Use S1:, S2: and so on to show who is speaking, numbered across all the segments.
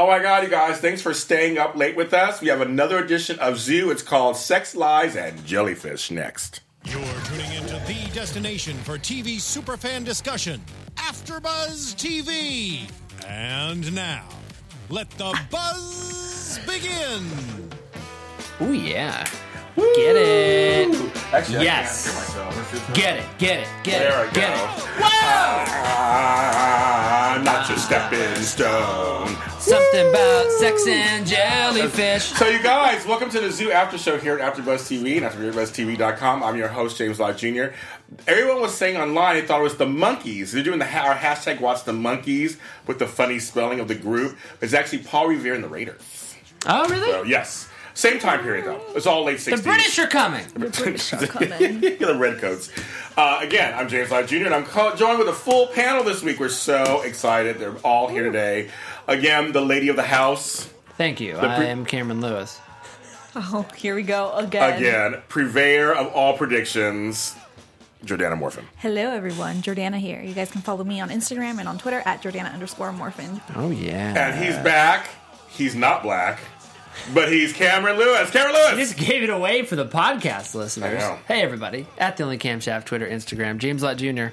S1: Oh my God, you guys, thanks for staying up late with us. We have another edition of Zoo. It's called Sex, Lies, and Jellyfish next.
S2: You're tuning into the destination for TV superfan discussion, AfterBuzz TV. And now, let the buzz begin.
S3: Oh yeah. Get it.
S1: Actually,
S3: Yes.
S1: I can't hear myself.
S3: Get it. Get it. Get
S1: There
S3: it.
S1: I
S3: Get
S1: go.
S3: it. Whoa!
S1: Ah, not your stepping stone.
S3: Something about sex and jellyfish.
S1: So, you guys, welcome to the Zoo After Show here at AfterBuzz TV and AfterBuzzTV.com. I'm your host, James Lott Jr. Everyone was saying online they thought it was the monkeys. They're doing the ha- our hashtag Watch the Monkeys with the funny spelling of the group. It's actually Paul Revere and the Raiders.
S3: Oh really?
S1: So, yes. Same time period, though. It's all late 60s.
S3: the British are coming.
S4: The British are coming.
S1: the Redcoats. Uh, again, I'm James Lott Jr., and I'm co- joined with a full panel this week. We're so excited. They're all here today. Again, the lady of the house.
S3: Thank you.
S1: Bri-
S3: I am Cameron Lewis.
S4: Oh, here we go again.
S1: Again, purveyor of all predictions, Jordana Morphin.
S4: Hello, everyone. Jordana here. You guys can follow me on Instagram and on Twitter at Jordana underscore Morphin.
S3: Oh yeah.
S1: And he's back. He's not black, but he's Cameron Lewis. Cameron Lewis!
S3: Just gave it away for the podcast listeners.
S1: I know.
S3: Hey everybody. At the only camshaft, Twitter, Instagram, James Lott Jr.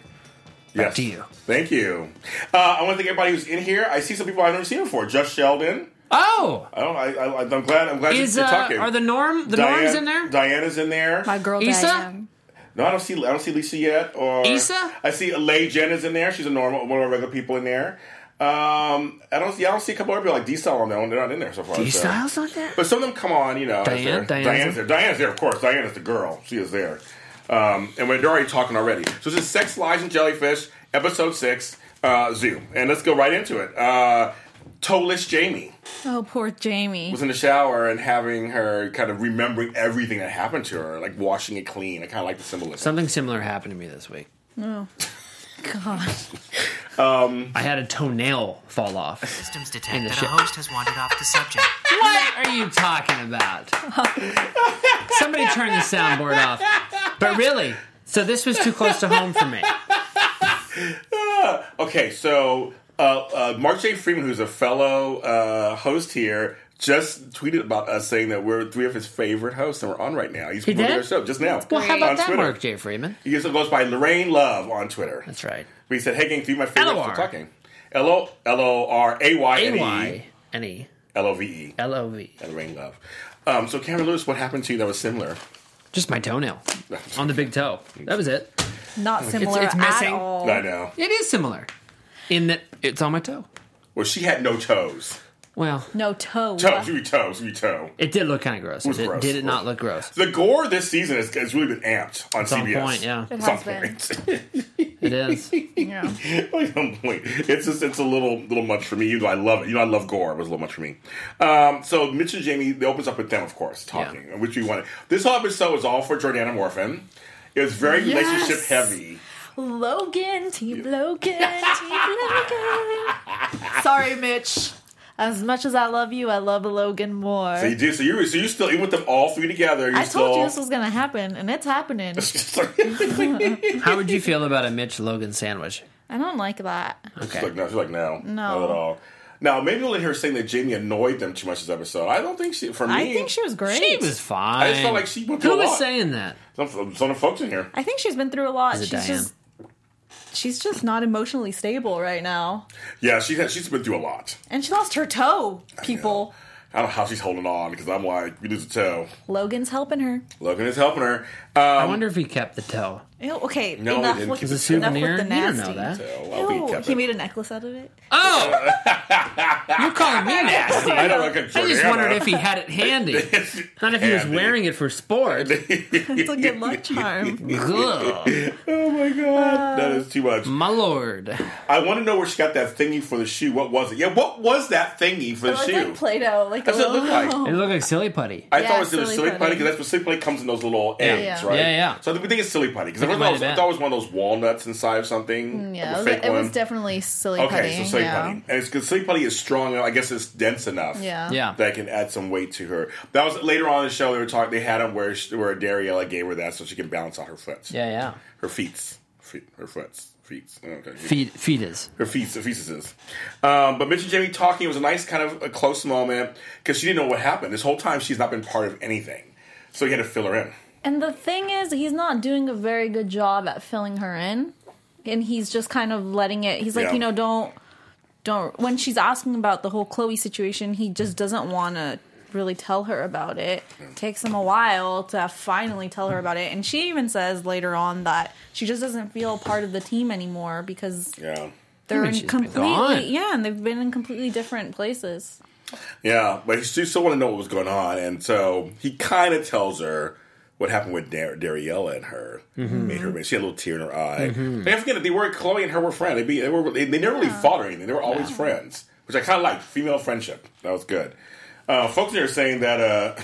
S1: Yes.
S3: to you.
S1: Thank you. Uh, I want to thank everybody who's in here. I see some people I've never seen before. Jeff Sheldon.
S3: Oh!
S1: I don't. I, I, I'm glad. I'm glad
S3: Is
S1: you're
S3: uh,
S1: talking.
S3: are the norm the
S1: Diane-
S3: norms in there?
S1: Diana's in there.
S4: My girl
S3: Issa?
S4: Diane.
S1: No, I don't see. I don't see Lisa yet. Or
S3: Issa?
S1: I see Lay Jenna's in there. She's a normal, one of our regular people in there. Um, I don't. see. I don't see a couple other people like D Style on there. and They're not in there so far.
S3: D
S1: so.
S3: Styles not there?
S1: But some of them come on. You know, if
S3: Diane?
S1: they're-
S3: Diane's
S1: Diana's there.
S3: in-
S1: Diana's there, of course. Diana's the girl. She is there. Um, and we're already talking already. So this is Sex, Lies, and Jellyfish, episode six, uh, Zoo, and let's go right into it. Uh, Toeless Jamie
S4: Oh, poor Jamie.
S1: was in the shower and having her kind of remembering everything that happened to her, like washing it clean. I kind of like the symbolism.
S3: Something similar happened to me this week.
S4: God.
S3: I had a toenail fall off.
S5: systems
S3: In
S5: detect
S3: the
S5: that
S3: ship.
S5: a host has wandered off the subject.
S3: What are you talking about? Somebody turn the soundboard off. But really, so this was too close to home for me.
S1: Okay, so uh, uh, Mark J. Freeman, who's a fellow uh, host here, just tweeted about us saying that we're three of his favorite hosts and we're on right now. He's
S3: He
S1: promoting
S3: did?
S1: our show just now.
S3: Well, how
S1: on
S3: about that,
S1: Twitter.
S3: Mark J. Freeman?
S1: He also goes by Lorraine Love on Twitter.
S3: That's right.
S1: But he said, hey, gang, three of my favorites
S3: LOR.
S1: for talking. L-O-
S3: A
S1: L-O-R-A-Y-N-E.
S3: Y N E
S1: L-O-V-E.
S3: L O V.
S1: Lorraine Love. Um, so, Cameron Lewis, what happened to you that was similar?
S3: Just my toenail on the big toe. That was it.
S4: Not similar
S3: it's
S4: at
S3: missing.
S4: all.
S1: I know.
S3: It is similar in that it's on my toe.
S1: Well, she had no toes.
S3: Well,
S4: No toe.
S3: Uh-huh.
S1: Toes, you toes, you toe.
S3: it did look kind of gross.
S1: was
S3: Did-
S1: gross.
S3: Did it not look gross?
S1: The gore this season has, has really been amped on
S3: on
S1: CBS.
S3: point, yeah. It
S1: It's
S4: has
S1: on
S4: been.
S1: point.
S3: It is.
S4: Yeah.
S1: Like, I'm like, it's just it's a little little much for me. Even though I love it, you know, I love gore. It was a little much for me. Um, so Mitch and Jamie, they opens up with them, of course, talking, which we wanted. This whole episode was all for Jordana Morphin. It was very
S4: Yes.
S1: relationship heavy.
S4: Logan, Team Logan, Team Logan. Sorry, Mitch. As much as I love you, I love Logan more.
S1: So you did. So you were- so you still even with them all three together. You
S4: I
S1: still,
S4: told you this was going to happen, and it's happening.
S1: It's like, she's
S3: How would you feel about a Mitch Logan sandwich?
S4: I don't like that.
S3: Okay.
S1: like no, she's like no,
S4: No.
S1: not at all. Now maybe we'll let her saying that Jamie annoyed them too much this episode. I don't think she. For me,
S4: I think she was great.
S3: She was fine.
S1: I just felt like she went through
S3: Who
S1: a
S3: was
S1: lot.
S3: saying that?
S1: Some, some folks in here.
S4: I think she's been through a lot.
S3: Is it
S4: she's
S3: Diane?
S4: just she's just not emotionally stable right now.
S1: Yeah, she's had, she's been through a lot.
S4: And she lost her toe, people.
S1: I don't know how she's holding on because I'm like, we lose a toe.
S4: Logan's helping her.
S1: Logan is helping her.
S3: I
S1: Um,
S3: wonder if he kept the toe.
S4: Ew, okay,
S1: No,
S4: enough,
S1: it didn't.
S4: with,
S1: It's
S3: a
S4: enough
S3: souvenir?
S4: with the
S3: You don't know
S4: nasty.
S3: that.
S1: so I'll be
S4: Ew,
S1: kept
S4: he
S1: it.
S4: made a necklace out of it.
S3: Oh, you're calling me nasty.
S1: I don't look at
S3: I just
S1: Jordana.
S3: wondered if he had it handy, not if he was
S1: Handy.
S3: wearing it for sport.
S4: It's a good luck charm.
S3: Ugh,
S1: Oh my god,
S3: Uh,
S1: that is too much.
S3: my lord.
S1: I want to know where she got that thingy for the shoe. What was it? Yeah, what was that thingy for the
S4: It's
S1: shoe?
S4: like Play-Doh. Like
S1: That's what
S4: a
S1: it
S4: little-
S1: looked like.
S3: It looked like silly putty.
S1: I
S4: Yeah,
S1: thought it was either
S4: silly
S1: silly
S4: putty.
S1: putty because that's what silly putty comes in those little ends,
S4: Yeah.
S1: right?
S3: Yeah, yeah.
S1: So we think it's silly putty because I,
S3: Think
S1: thought it
S3: it might
S1: was-
S3: have
S1: I thought it was one of those walnuts inside of something. like
S4: yeah,
S1: a
S4: it was,
S1: fake
S4: it was
S1: one.
S4: definitely silly
S1: Okay,
S4: putty.
S1: so silly
S4: yeah.
S1: putty, and it's because silly putty is strong. enough- I guess it's dense enough.
S4: Yeah.
S3: Yeah.
S1: that can add some weight to her. That was later on in the show. They were talking. They had him where she, where Dariella gave her that so she can balance on her foot.
S3: Yeah, yeah.
S1: her feet, feet, her foots. Feats. Okay.
S3: Fe- fetus.
S1: Her feces, fetuses. Um, but Mitch and Jamie talking it was a nice kind of a close moment because she didn't know what happened. This whole time she's not been part of anything, so he had to fill her in.
S4: And the thing is, he's not doing a very good job at filling her in, and he's just kind of letting it. He's like,
S1: Yeah.
S4: you know, don't, don't. When she's asking about the whole Chloe situation, he just doesn't want to really tell her about it. Takes him a while to finally tell her about it, and she even says later on that she just doesn't feel part of the team anymore because
S1: Yeah,
S4: they're
S3: mean,
S4: in
S3: she's been gone.
S4: completely yeah, and they've been in completely different places.
S1: yeah. But he still, still wanted to know what was going on, and so he kind of tells her what happened with Dar- Dariella and her. Made her. She had a little tear in her eye. And I forget that they were Chloe and her were friends. They, be, they were. They, they never really fought or anything. They were always friends, which I kind of liked. Female friendship. That was good. Uh, folks are saying that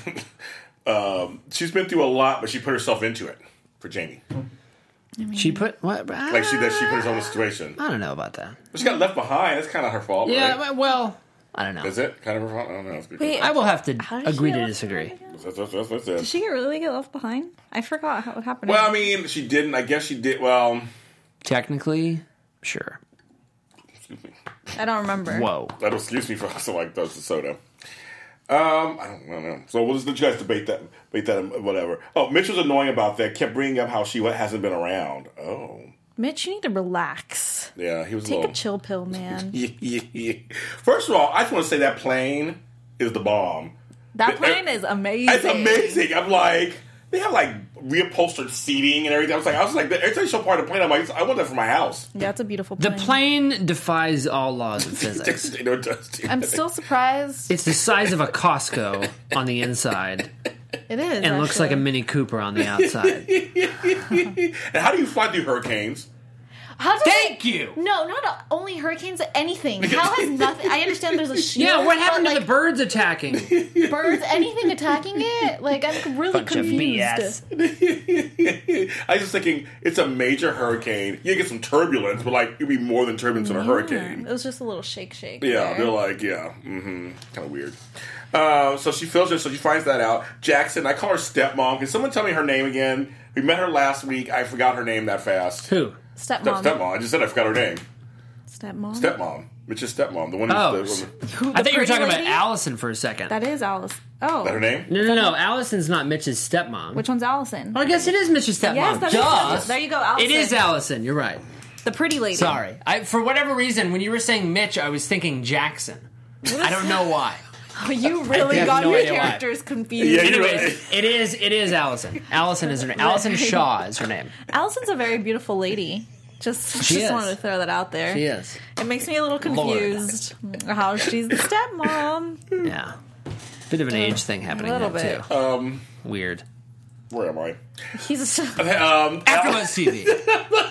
S1: uh, um, she's been through a lot, but she put herself into it for Jamie.
S4: Mm.
S3: She put what?
S1: Like she that she put herself in a situation.
S3: I don't know about that.
S1: But she got left behind. That's kind of her fault.
S3: Yeah,
S1: right?
S3: well- well, I don't know.
S1: is it kind of her fault? I don't know. That's good.
S4: Wait,
S3: I will have to
S4: How did she
S3: agree to
S4: get-
S3: disagree.
S1: That's, that's, that's, that's it.
S4: Did she get really get left behind? I forgot how it happened.
S1: well, I mean, she didn't. I guess she did. Well,
S3: Technically, sure.
S1: excuse me.
S4: I don't remember.
S3: Whoa.
S1: That'll excuse me for also like those the soda. Um, I don't, I don't know. So we'll just let you guys debate that, debate that, and whatever. Oh, Mitchell's annoying about that. Kept bringing up how she hasn't been around. Oh,
S4: Mitch, you need to relax.
S1: yeah, he was a
S4: Take
S1: little.
S4: a chill pill, man.
S1: Yeah, yeah, yeah. First of all, I just want to say that plane is the bomb.
S4: That
S1: It-
S4: plane is amazing.
S1: It's amazing. I'm like, they have like reupholstered seating and everything. I was like, I was like, every time you show part of the plane, I'm like, I want that for my house.
S4: Yeah, it's a beautiful
S3: The
S4: plane.
S3: plane defies all laws of physics.
S1: They don't just do
S4: I'm
S1: that.
S4: still surprised.
S3: It's the size of a Costco on the inside
S4: It is.
S3: and looks like a Mini Cooper on the outside.
S1: And how do you fly through hurricanes?
S4: How does
S3: Thank
S4: it-
S3: you.
S4: No, not only hurricanes. Anything. How has nothing? I understand there's a shield.
S3: Yeah, what
S4: but,
S3: happened to
S4: like,
S3: the birds attacking?
S4: birds? Anything attacking it? Like I'm really
S3: Bunch of
S4: confused.
S3: BS.
S1: I was just thinking, it's a major hurricane. You get some turbulence, but like, it'd be more than turbulence in a
S4: Yeah, It
S1: hurricane.
S4: was just a little shake, shake.
S1: Yeah,
S4: there.
S1: they're like, yeah, mm-hmm, kind of weird. Uh, so she feels it, so she finds that out. Jackson, I call her stepmom. Can someone tell me her name again? We met her last week. I forgot her name that fast.
S3: Who?
S4: stepmom.
S1: Step- Stepmom. I just said I forgot her name.
S4: Stepmom.
S1: Stepmom. Mitch's stepmom. The one who's
S3: Oh,
S1: the
S3: s-
S1: woman.
S3: I thought you were talking about
S4: lady?
S3: Allison for a second.
S4: That is Alice. Oh,
S1: Her name?
S3: no, no, no. Allison's not Mitch's stepmom.
S4: which one's Allison?
S3: well, I guess it is Mitch's stepmom.
S4: Yes, that is
S3: Duh.
S4: Allison. There you go, Allison.
S3: It is Allison. You're right.
S4: the pretty lady.
S3: Sorry. I, for whatever reason, when you were saying Mitch, I was thinking Jackson. I don't know why.
S4: You really
S3: have
S4: got
S3: no
S4: your
S3: idea why.
S4: characters confused.
S1: Yeah, you-
S3: Anyways, it is it is Allison. Allison is her name. Allison Shaw is her name.
S4: Allison's a very beautiful lady. Just,
S3: She
S4: just
S3: is.
S4: wanted to throw that out there.
S3: She is.
S4: It makes me a little confused how she's the stepmom.
S3: Yeah. Bit of an age thing happening
S4: A little
S3: there too.
S1: Um,
S3: Weird.
S1: where am I?
S4: He's a s-
S1: Um,
S3: Afterwards TV.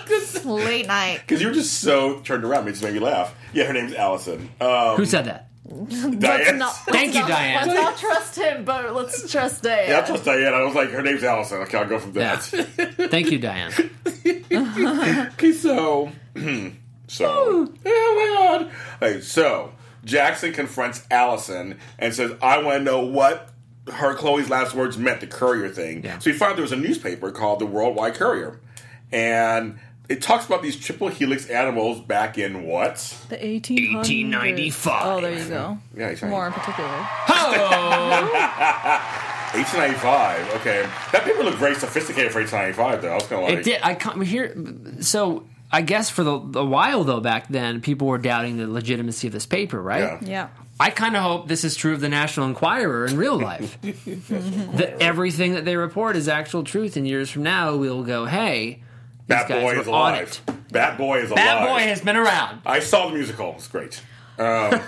S4: late night.
S1: because you were just so turned around, it just made me laugh. Yeah, her name's Allison. Um,
S3: Who said that?
S1: Diane.
S3: Thank you, Diane.
S4: Let's not trust him, but let's trust Diane.
S1: Yeah, I trust Diane. I was like, her name's Allison. Okay, I'll go from
S3: Yeah.
S1: that.
S3: Thank you, Diane.
S1: okay, so,
S3: Hmm.
S1: so, oh my god. Okay, so Jackson confronts Allison and says, "I want to know what." Her Chloe's last words meant the courier thing.
S3: Yeah.
S1: So he found there was a newspaper called the Worldwide Courier, and it talks about these triple helix animals back in what?
S4: the 1800s.
S3: 1895.
S4: Oh, there you go.
S1: Yeah, he's
S4: More in particular.
S3: Oh,
S1: 1895. Okay, that paper looked very sophisticated for 1895, though. I was gonna like,
S3: it did. I come here. So I guess for the, the while though, back then people were doubting the legitimacy of this paper,
S1: Yeah.
S3: right?
S4: Yeah.
S3: I kind of hope this is true of the National Enquirer in real life. that everything that they report is actual truth, and years from now we'll go, "Hey, these
S1: Bat
S3: guys
S1: Boy
S3: were
S1: is
S3: on
S1: alive.
S3: it.
S1: Bat Boy is alive.
S3: That boy has been around."
S1: I saw the musical. It's great. Um,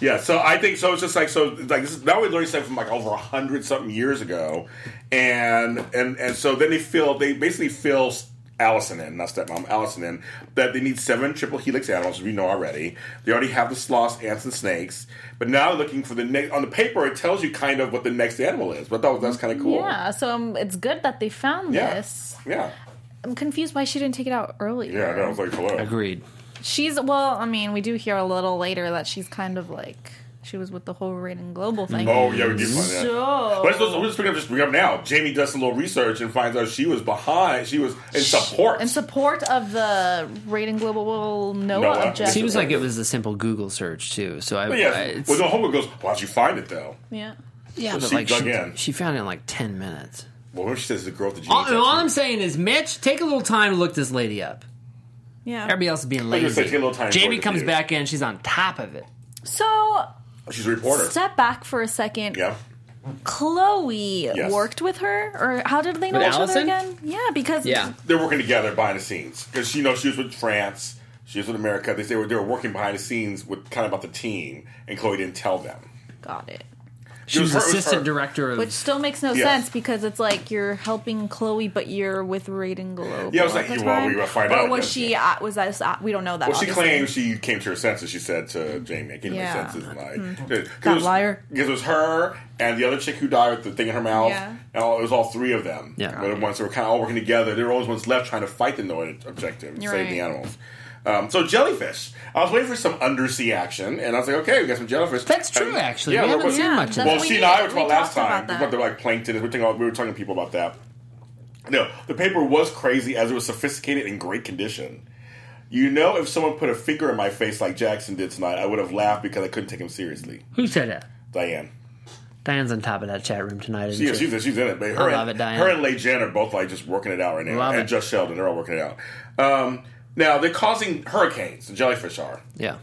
S1: yeah, so I think so. It's just like so. Like this is, now we're learning stuff from like over a hundred something years ago, and and and so then they fill. They basically fill Allison in, not stepmom Allison in. That they need seven triple helix animals, which we know already. They already have the sloths, ants, and snakes. But now they're looking for the next. On the paper, it tells you kind of what the next animal is. But I thought that's kind of cool.
S4: Yeah, so um, it's good that they found
S1: Yeah.
S4: this.
S1: Yeah.
S4: I'm confused why she didn't take it out earlier.
S1: Yeah. And I was like, hello.
S3: Agreed.
S4: She's well, I mean, we do hear a little later that she's kind of like She was with the whole Raiden Global thing.
S1: Oh yeah, we do find that.
S4: So
S1: But let's, we're just picking up just bring up now. Jamie does a little research and finds out she was behind. She was in support.
S4: in support of the Raiden Global Noah,
S1: Noah.
S4: objective.
S1: She
S3: Seems like it was a simple Google search too. So I,
S1: But
S3: I-
S1: yeah,
S3: it's-
S1: well, the homework goes. Why'd you find it though?
S4: yeah.
S3: yeah, but
S1: she
S3: like
S1: dug
S3: she,
S1: in.
S3: she found it in like ten minutes.
S1: Well, remember she says the girl with the genie.
S3: All, and all Oh, I'm
S1: tattoo.
S3: saying is, Mitch, take a little time to look this lady up.
S4: Yeah.
S3: Everybody else is being
S1: was gonna say,
S3: lazy.
S1: take a little time for it
S3: Jamie
S1: to
S3: comes
S1: be-
S3: back in, she's on top of it.
S4: So
S1: She's a reporter.
S4: step back for a second.
S1: yeah.
S4: Chloe
S1: Yes.
S4: worked with her, or how did they know
S3: With
S4: each
S3: Allison?
S4: other again? Yeah, because
S3: Yeah.
S1: they're working together behind the scenes because she knows she was with France, she was with America. They say they were working behind the scenes with kind of about the team, and Chloe didn't tell them.
S4: got it.
S3: She
S1: It
S3: was,
S1: was her- it was
S3: assistant
S1: her.
S3: director of.
S4: Which still makes no
S1: Yes.
S4: sense because it's like you're helping Chloe, but you're with Raiden Global.
S1: Yeah, I was like,
S4: at the
S1: you- well,
S4: time.
S1: we will find
S4: or
S1: out,
S4: was
S1: yes.
S4: she? Uh, was that? Uh, we don't know that.
S1: Well, she
S4: obviously.
S1: claims she came to her senses. She said to Jamie, "I came to my
S4: Yeah. Mm-hmm.
S1: senses." And I, 'cause it
S4: That
S1: was-
S4: liar.
S1: Because it was her and the other chick who died with the thing in her mouth.
S4: Yeah.
S1: And all, it was all three of them.
S3: Yeah.
S1: But once they were kind of all working together, they were always ones left trying to fight the Noid objective and
S4: You're
S1: save
S4: right.
S1: the animals. Um, so jellyfish. I was waiting for some undersea action, and I was like, "Okay, we got some jellyfish."
S3: That's
S1: And-
S3: true, actually.
S1: Yeah,
S3: we
S1: well,
S3: haven't
S1: well,
S3: seen
S4: yeah,
S3: much of
S4: that's
S1: well,
S4: what
S3: it.
S1: she
S4: we
S1: and I
S4: did.
S1: were
S4: We
S1: talking last
S4: talked
S1: time.
S4: about
S1: We
S4: that.
S1: talked about like plankton. We, talking, we were talking to people about that. No, the paper was crazy as it was sophisticated in great condition. You know, if someone put a finger in my face like Jackson did tonight, I would have laughed because I couldn't take him seriously.
S3: Who said that?
S1: Diane.
S3: Diane's on top of that chat room tonight, isn't
S1: She,
S3: she?
S1: she's, she's in it, but her,
S3: I love
S1: and,
S3: it, Diane.
S1: her and Leigh Jen are both like just working it out right now.
S3: Love
S1: and
S3: it.
S1: Just Sheldon, they're all working it out. Um, now, they're causing hurricanes, the jellyfish are.
S3: yeah.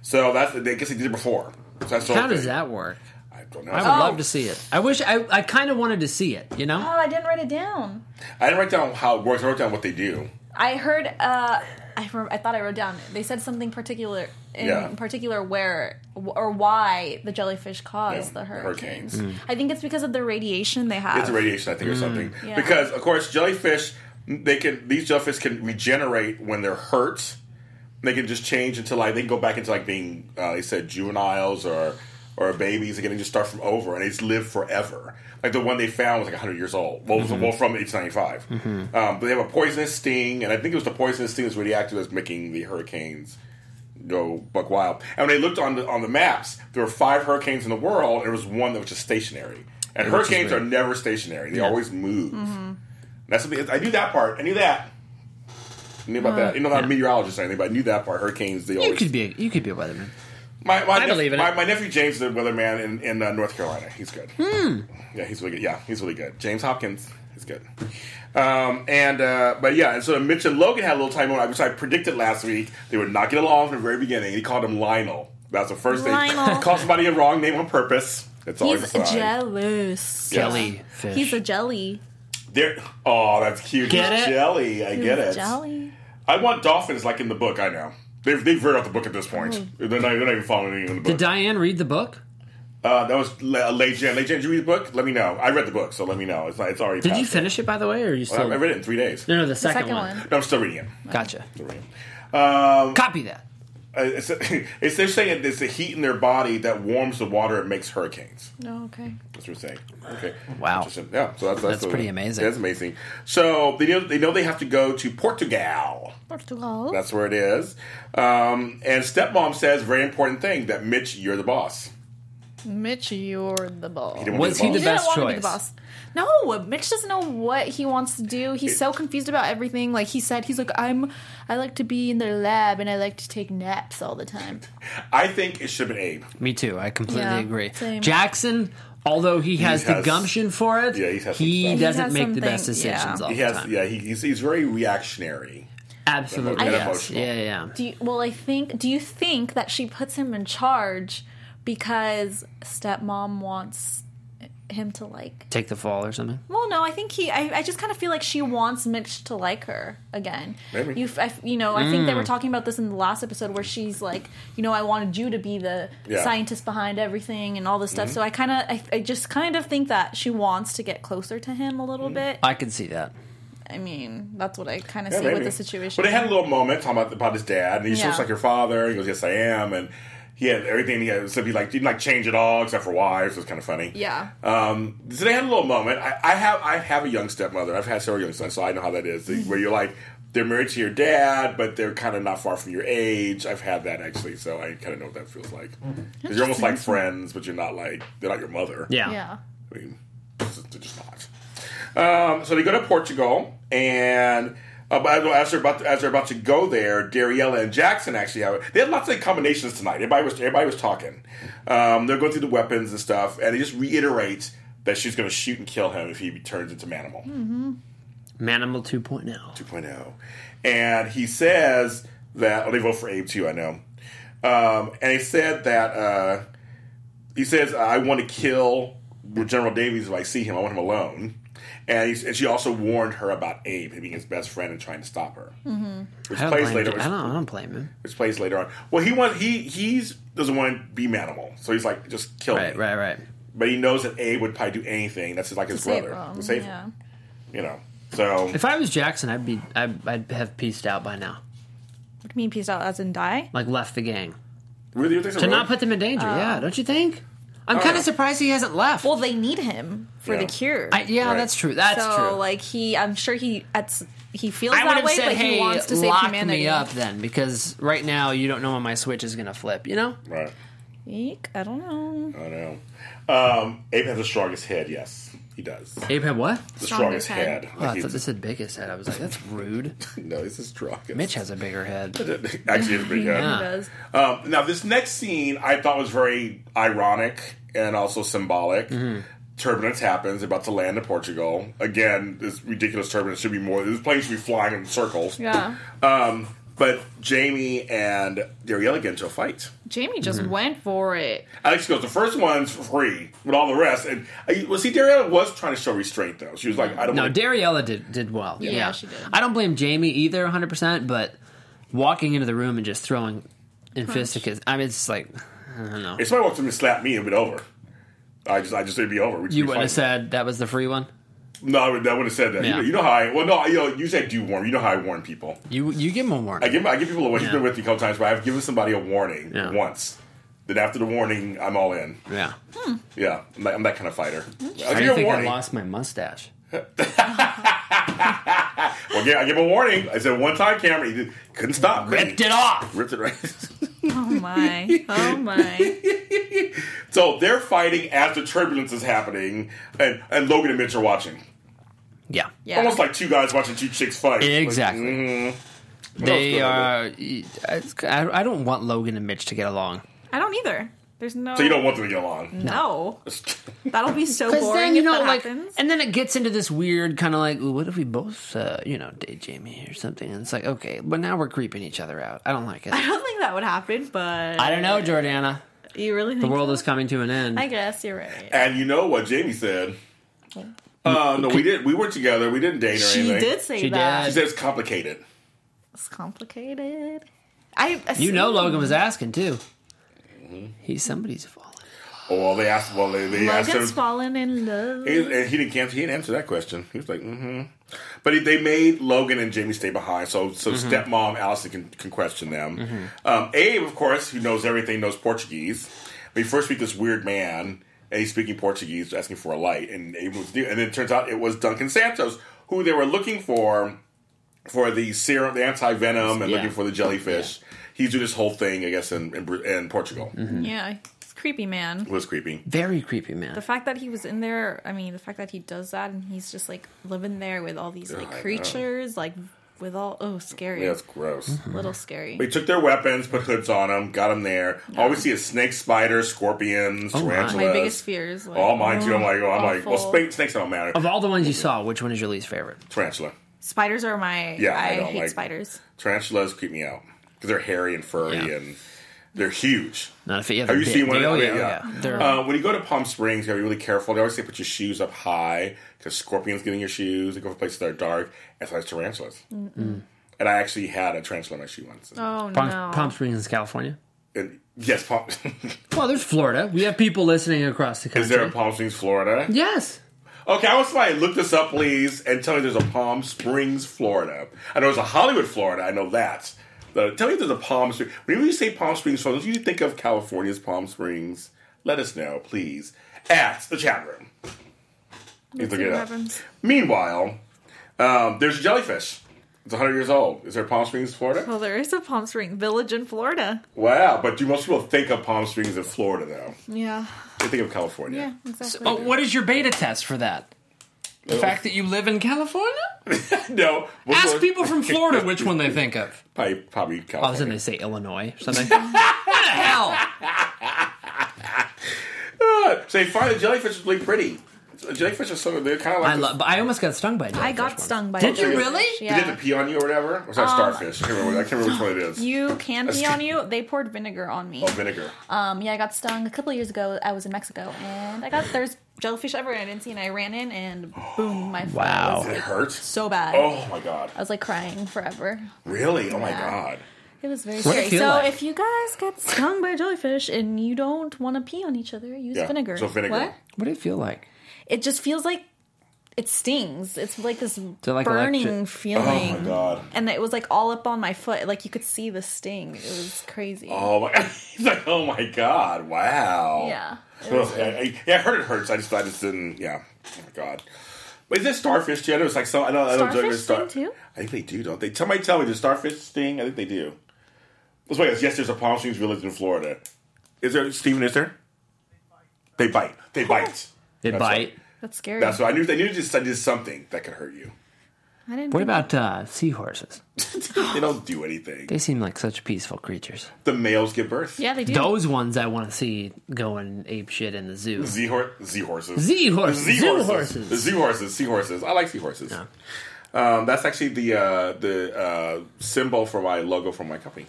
S1: So that's, I guess they did it before. So that's the
S3: How
S1: whole
S3: does
S1: thing. Oh.
S3: that work?
S1: I don't know.
S3: I would love to see it. I wish I, I kind of wanted to see it. You know,
S4: Oh, I didn't write it down.
S1: I didn't write down how it works, I wrote down what they do.
S4: I heard. Uh, I rem- I thought I wrote down. They said something particular in
S1: Yeah.
S4: particular where or why the jellyfish caused
S1: Yeah,
S4: the
S1: the
S4: hurricanes.
S1: hurricanes.
S3: Hmm.
S4: I think it's because of the radiation they have.
S1: It's a radiation, I think, or
S3: Mm.
S1: something.
S4: Yeah.
S1: Because of course, jellyfish they can these jellyfish can regenerate when they're hurt. They can just change into like they can go back into like being uh, they said juveniles or or babies. They can just start from over and they just live forever. Like the one they found was like 100 years old. Well,
S3: Mm-hmm.
S1: it was- well from 1895. Um, but they have a poisonous sting, and I think it was the poisonous sting that's radioactive that's making the hurricanes go buck wild. And when they looked on the on the maps, there were five hurricanes in the world, and there was one that was just stationary. And
S3: Which is
S1: hurricanes are
S3: weird.
S1: never stationary; they always move.
S3: Mm-hmm.
S1: That's something I knew that part. I knew that. I knew about that. You know, not a meteorologist or anything, but I knew that part. Hurricanes, they
S3: you
S1: always.
S3: could be a, you could be a weatherman.
S1: my, my
S3: I believe in
S1: my,
S3: it.
S1: My nephew James is a weatherman in, in uh, North Carolina. He's good.
S3: Hmm.
S1: Yeah, he's really good. Yeah, he's really good. James Hopkins is good. Um, and uh, but yeah, and so Mitch and Logan had a little time on, which I predicted last week they would not get along from the very beginning. He called him Lionel. That's the first thing.
S4: Lionel.
S1: Call somebody a wrong name on purpose. That's always
S4: He's
S1: a sign.
S4: jealous.
S1: Yeah.
S3: Jellyfish.
S4: He's a jelly.
S1: They're, oh, that's cute.
S3: Get
S1: He's
S3: it?
S1: Jelly. I
S4: He's
S1: get
S4: a
S1: it.
S4: Jelly.
S1: I want dolphins like in the book. I know they've they've read out the book at this point. They're not, they're not even following anything in the
S3: Did
S1: book.
S3: Diane read the book?
S1: uh, that was Le- Lei Jen. Lei Jen, did you read the book? Let me know. I read the book, so let me know. It's not, it's already.
S3: Did
S1: past
S3: you
S1: it.
S3: finish it by the way, or are you
S1: I
S3: still?
S1: I read it in three days.
S3: No, no, the
S4: The
S3: second, one.
S1: No, I'm still reading it.
S3: Gotcha.
S1: Still reading. it. Um,
S3: Copy that.
S1: uh, it's, it's they're saying it's the heat in their body that warms the water and makes hurricanes.
S4: No, Oh, okay.
S1: That's what we're saying. Okay.
S3: Wow.
S1: Interesting. Yeah. So that's that's,
S3: That's
S1: the-
S3: pretty amazing.
S1: That's amazing. So they know they know they have to go to Portugal.
S4: Portugal.
S1: That's where it is. Um, and stepmom says very important thing that Mitch, you're the boss.
S4: Mitch, you're the ball.
S1: didn't
S3: Was
S1: wanna be
S3: he the
S4: didn't
S3: best
S4: want to be
S3: choice?
S4: the boss. No, Mitch doesn't know what he wants to do. He's so confused about everything. Like he said, he's like, I'm. I like to be in their lab, and I like to take naps all the time.
S1: I think it should have been Abe.
S3: Me too. I completely
S4: Yeah,
S3: agree.
S4: same.
S3: Jackson, although he has, the
S1: has-
S3: gumption for it,
S1: Yeah, he's had some
S3: he
S1: stuff.
S3: doesn't
S4: He has
S3: make the best
S4: something- yeah.
S3: decisions all
S1: He
S3: the
S1: has,
S3: time.
S1: yeah, he, he's, he's very reactionary.
S3: Absolutely.
S1: I-
S3: yes.
S1: Emotional.
S3: Yeah, yeah.
S4: Do you, well, I think. Do you think that she puts him in charge because stepmom wants him to like?
S3: Take the fall or something.
S4: Well, no, I think he. I, I just kind of feel like she wants Mitch to like her again.
S1: Maybe.
S4: You, f- I f you know, I think
S3: Mm.
S4: they were talking about this in the last episode where she's like, you know, I wanted you to be the
S1: Yeah. Mm-hmm.
S4: scientist behind everything and all this stuff. So I kind of, I, I just kind of think that she wants to get closer to him a
S1: Mm.
S4: little bit.
S3: I can see that.
S4: I mean, that's what I kind of
S1: Yeah,
S4: see
S1: maybe.
S4: with the situation.
S1: But they had a little moment talking about, about his dad, and he's
S4: Yeah.
S1: looks like your father. He goes, "Yes, I am," and he had everything. He had, so he like didn't like change at all except for wives. It was kind of funny.
S4: Yeah.
S1: Um, so they had a little moment. I, I have I have a young stepmother. I've had several young sons, so I know how that is. Where you're like, they're married to your dad, but they're kind of not far from your age. I've had that actually, so I kind of know what that feels like. 'Cause you're almost like friends, but you're not like they're not your mother.
S3: Yeah.
S4: Yeah.
S1: I mean, they're just- they're just not. Um, so they go to Portugal, and uh, but as they're about to, as they're about to go there, Dariella and Jackson actually have they had lots of combinations tonight. Everybody was everybody was talking. Um, they're going through the weapons and stuff, and he just reiterates that she's going to shoot and kill him if he turns into Manimal.
S3: Manimal oh. 2.0.
S1: 2.0. oh. And he says that, oh, they vote for Abe too, I know. Um, and he said that, uh, he says, I want to kill General Davies if I see him. I want him alone. And, he's, and she also warned her about Abe, him being his best friend and trying to stop her. Mm-hmm. Which
S3: I don't,
S1: plays
S3: blame
S1: later.
S3: him.
S1: Which,
S3: I, don't, I don't blame him.
S1: which plays later on. Well, he wants he he's doesn't want to be manimal, so he's like just kill
S3: Right,
S1: me.
S3: right, right.
S1: But he knows that Abe would probably do anything. That's like his
S4: Save
S1: brother.
S4: them,
S1: to save
S4: yeah.
S1: him, you know. So
S3: If I was Jackson, I'd be I'd, I'd have pieced out by now.
S4: What do you mean peace out as in die?
S3: Like left the gang.
S1: really, you think so,
S3: To
S1: really?
S3: not put them in danger. yeah, don't you think? I'm kind of surprised he hasn't left.
S4: Oh. Well, they need him for
S1: Yeah.
S4: the cure.
S3: I, yeah,
S1: Right.
S3: that's true. That's
S4: so
S3: true.
S4: like he, I'm sure he that's he feels
S3: I would
S4: that
S3: have
S4: way,
S3: said,
S4: but
S3: "Hey,
S4: he wants to save
S3: lock
S4: humanity.
S3: me up then, because right now you don't know when my switch is gonna flip." You know?
S1: right.
S4: Eek, I don't know.
S1: I know. Um, Abe has the strongest head. Yes, he does. The
S3: Abe had what?
S1: strongest,
S4: Strongest
S1: head.
S4: head.
S1: Like,
S3: Oh, I
S1: he's-
S3: thought this had biggest head. I was like, "That's rude."
S1: no, he's the strongest.
S3: Mitch has a bigger head.
S1: actually is pretty good.
S4: He does.
S1: Um, now, this next scene I thought was very ironic and also symbolic.
S3: Mm-hmm.
S1: Turbulence happens. They're about to land in Portugal again. This ridiculous turbulence should be more. This plane should be flying in circles.
S4: Yeah.
S1: Um, but Jamie and Dariella get into a fight.
S4: Jamie just
S3: Mm-hmm.
S4: went for it.
S1: Alex goes, the first one's free, with all the rest. And I, well, see, Dariella was trying to show restraint though. She was like, I don't.
S3: No,
S1: want
S3: Dariella did did well. Yeah,
S4: she did.
S3: I don't blame Jamie either, 100. percent But walking into the room and just throwing in fisticuffs, I mean, it's just like I don't know.
S1: If somebody walked up and slapped me, it'd been over. I just, I just, it'd be over. We'd just
S3: You
S1: be
S3: wouldn't have
S1: fighting.
S3: said that was the free one.
S1: No, I would, I would have said that. You,
S3: Yeah.
S1: know, you know how I, well, no, you, know, you said do warn. You know how I warn people.
S3: You you give him a
S1: I
S3: warning.
S1: give, I give people a warning. She's been
S3: Yeah.
S1: with me a couple times, but I've given somebody a warning
S3: Yeah.
S1: once. Then after the warning, I'm all in.
S3: yeah.
S1: Yeah, I'm that, I'm that kind of fighter. I'll give
S3: I
S1: you
S3: didn't
S1: a
S3: think I
S1: warning.
S3: lost my mustache.
S1: Well, yeah, I give him a warning. I said one time, Cameron. He did, couldn't stop. could he?
S3: Ripped it off.
S1: Ripped it right.
S4: Oh my. Oh my.
S1: so they're fighting as the turbulence is happening, and, and Logan and Mitch are watching.
S3: Yeah.
S4: Yeah.
S1: Almost like two guys watching two chicks fight. mm-hmm.
S3: Exactly. They are.
S1: else
S3: I, I don't want Logan and Mitch to get along.
S4: I don't either. There's no
S1: So you don't want them to get along.
S4: No. That'll be so boring if that
S3: like,
S4: happens.
S3: and then it gets into this weird kind of like, "Ooh, what if we both, uh, you know, date Jamie or something? And it's like, okay, but now we're creeping each other out. I don't like it.
S4: I don't think that would happen, but
S3: I don't know, Jordana.
S4: you really think
S3: The world is coming to an end.
S4: I guess you're right.
S1: And you know what Jamie said? Uh, no, we didn't. We were together. We didn't date or
S4: She
S1: anything.
S4: did say
S3: She
S4: that.
S1: She
S3: did.
S1: said it's complicated.
S4: It's complicated. I
S3: you know,
S4: assume-
S3: Logan was asking too. He's somebody's fallen.
S1: Oh, well, they asked. Well, they, they asked
S4: Logan's
S1: him.
S4: fallen in love.
S1: He, and he didn't. can- He didn't answer that question. He was like, mm-hmm. But he, they made Logan and Jamie stay behind, so so
S3: Mm-hmm.
S1: stepmom Allison can, can question them. Um, Abe, of course, who knows everything, knows Portuguese. We first meet this weird man, and he's speaking Portuguese, asking for a light, and Abe was, and then it turns out it was Duncan Santos who they were looking for for the serum, the anti venom, and
S3: Yeah. Mm-hmm.
S1: looking for the jellyfish. He's doing this whole thing, I guess, in in, Br- in Portugal.
S4: yeah, it's creepy, man.
S1: It was creepy.
S3: Very creepy man.
S4: The fact that he was in there, I mean, the fact that he does that and he's just like living there with all these
S1: I
S4: like
S1: know.
S4: creatures, like with all oh scary,
S1: Yeah, it's gross.
S4: little scary.
S1: They took their weapons, put hoods on them, got them there. All we see is snakes, spiders, scorpions,
S3: Oh, my.
S1: tarantulas.
S4: My biggest fears. Like,
S1: All mine too. I'm like, oh, I'm like, well,
S4: awful.
S1: spa- snakes don't matter.
S3: Of all the ones you saw, which one is your least favorite?
S1: Tarantula.
S4: spiders are my.
S1: Yeah, I
S4: I,
S1: don't
S4: hate
S1: like-
S4: spiders.
S1: Tarantulas creep me out because they're hairy and furry
S3: Yeah.
S1: and they're huge.
S3: Not if you
S1: Have you seen one? of
S3: Oh
S1: them?
S3: yeah,
S1: Yeah,
S3: oh, yeah. They're-
S1: Uh, when you go to Palm Springs, you gotta be really careful. They always say put your shoes up high because scorpions get in your shoes. They go for places that are dark, as well as tarantulas. And I actually had a tarantula in my shoe once.
S4: Oh
S3: Palm,
S4: no.
S3: Palm Springs, California.
S1: And yes, Palm-
S3: Well, there's Florida. We have people listening across the country.
S1: is there a Palm Springs, Florida?
S3: yes.
S1: Okay, I want somebody to look this up, please, and tell me there's a Palm Springs, Florida. I know there's a Hollywood, Florida. I know that. But tell me if there's a Palm Springs. Whenever you say Palm Springs, folks, you think of California's Palm Springs. Let us know, please, at the chat room. You
S4: Let's
S1: look
S4: see
S1: it
S4: what
S1: up.
S4: happens.
S1: Meanwhile, um, there's a jellyfish. It's 100 years old. Is there Palm Springs, Florida?
S4: Well, there is a Palm Spring Village in Florida.
S1: Wow, but do most people think of Palm Springs in Florida though?
S4: Yeah.
S1: They think of California.
S4: Yeah, exactly.
S3: But what is your beta test for that? The fact that you live in California?
S1: No, we'll
S3: Ask
S1: go-
S3: people from Florida which one they think Oh, of.
S1: Probably, probably
S3: All of a
S1: California.
S3: sudden they say Illinois or something. what the hell?
S1: so they find the jellyfish is really pretty. Jellyfish are so they're kind of like
S3: I, lo- but I almost got stung by a
S4: I
S3: jellyfish
S4: got
S3: once.
S4: stung by
S3: Did
S4: a
S3: you
S4: jellyfish.
S3: really?
S1: They did the pee on you or whatever? Or was that starfish? I can't remember. I can't remember which one it is.
S4: Um, You can pee on you. They poured vinegar on me.
S1: oh, vinegar.
S4: Um, yeah, I got stung a couple of years ago. I was in Mexico and I got there's jellyfish everywhere. and I didn't see, and I ran in and boom, my foot
S3: Wow.
S4: was
S1: Did it
S4: like,
S1: hurt?
S4: so bad.
S1: Oh my god.
S4: I was like crying forever.
S1: Really? Oh my
S4: Yeah.
S1: god.
S4: It was very
S3: What did it
S4: scary.
S3: feel
S4: So
S3: like?
S4: if you guys get stung by a jellyfish and you don't want to pee on each other, use
S1: Yeah,
S4: vinegar.
S1: so vinegar.
S4: What?
S3: What did it feel like?
S4: It just feels like it stings. It's like this
S3: it like
S4: burning
S3: electric-
S4: feeling.
S1: Oh my god.
S4: And it was like all up on my foot. Like you could see the sting. It was crazy.
S1: Oh my. He's like, oh my god. Wow.
S4: Yeah. It
S1: Ugh, I, I, yeah, I heard it hurts. I just, I just didn't. Yeah. Oh my god. But is this starfish too? I know it's like some. I know. I know
S4: Starfish
S1: star-
S4: sting, too?
S1: I think they do, don't they? Somebody tell me, does starfish sting? I think they do. Let's wait. Yes, there's a Palm Springs village in Florida. Is there Stephen? Is there? They bite. They bite.
S3: It
S1: That's
S3: bite.
S4: That's scary.
S1: That's what I knew. They knew. Just I did something that could hurt you.
S4: I didn't
S3: What
S4: think-
S3: about uh, seahorses?
S1: They don't do anything.
S3: They seem like such peaceful creatures.
S1: The males give birth.
S4: Yeah, they do.
S3: Those ones I want to see going ape shit in the zoo.
S1: Z horse, Z horses,
S3: Z horses,
S1: Z
S3: zoo
S1: horses,
S3: horses.
S1: Z horses, sea horses. I like sea horses. Um, that's actually the uh, the uh, symbol for my logo for my company.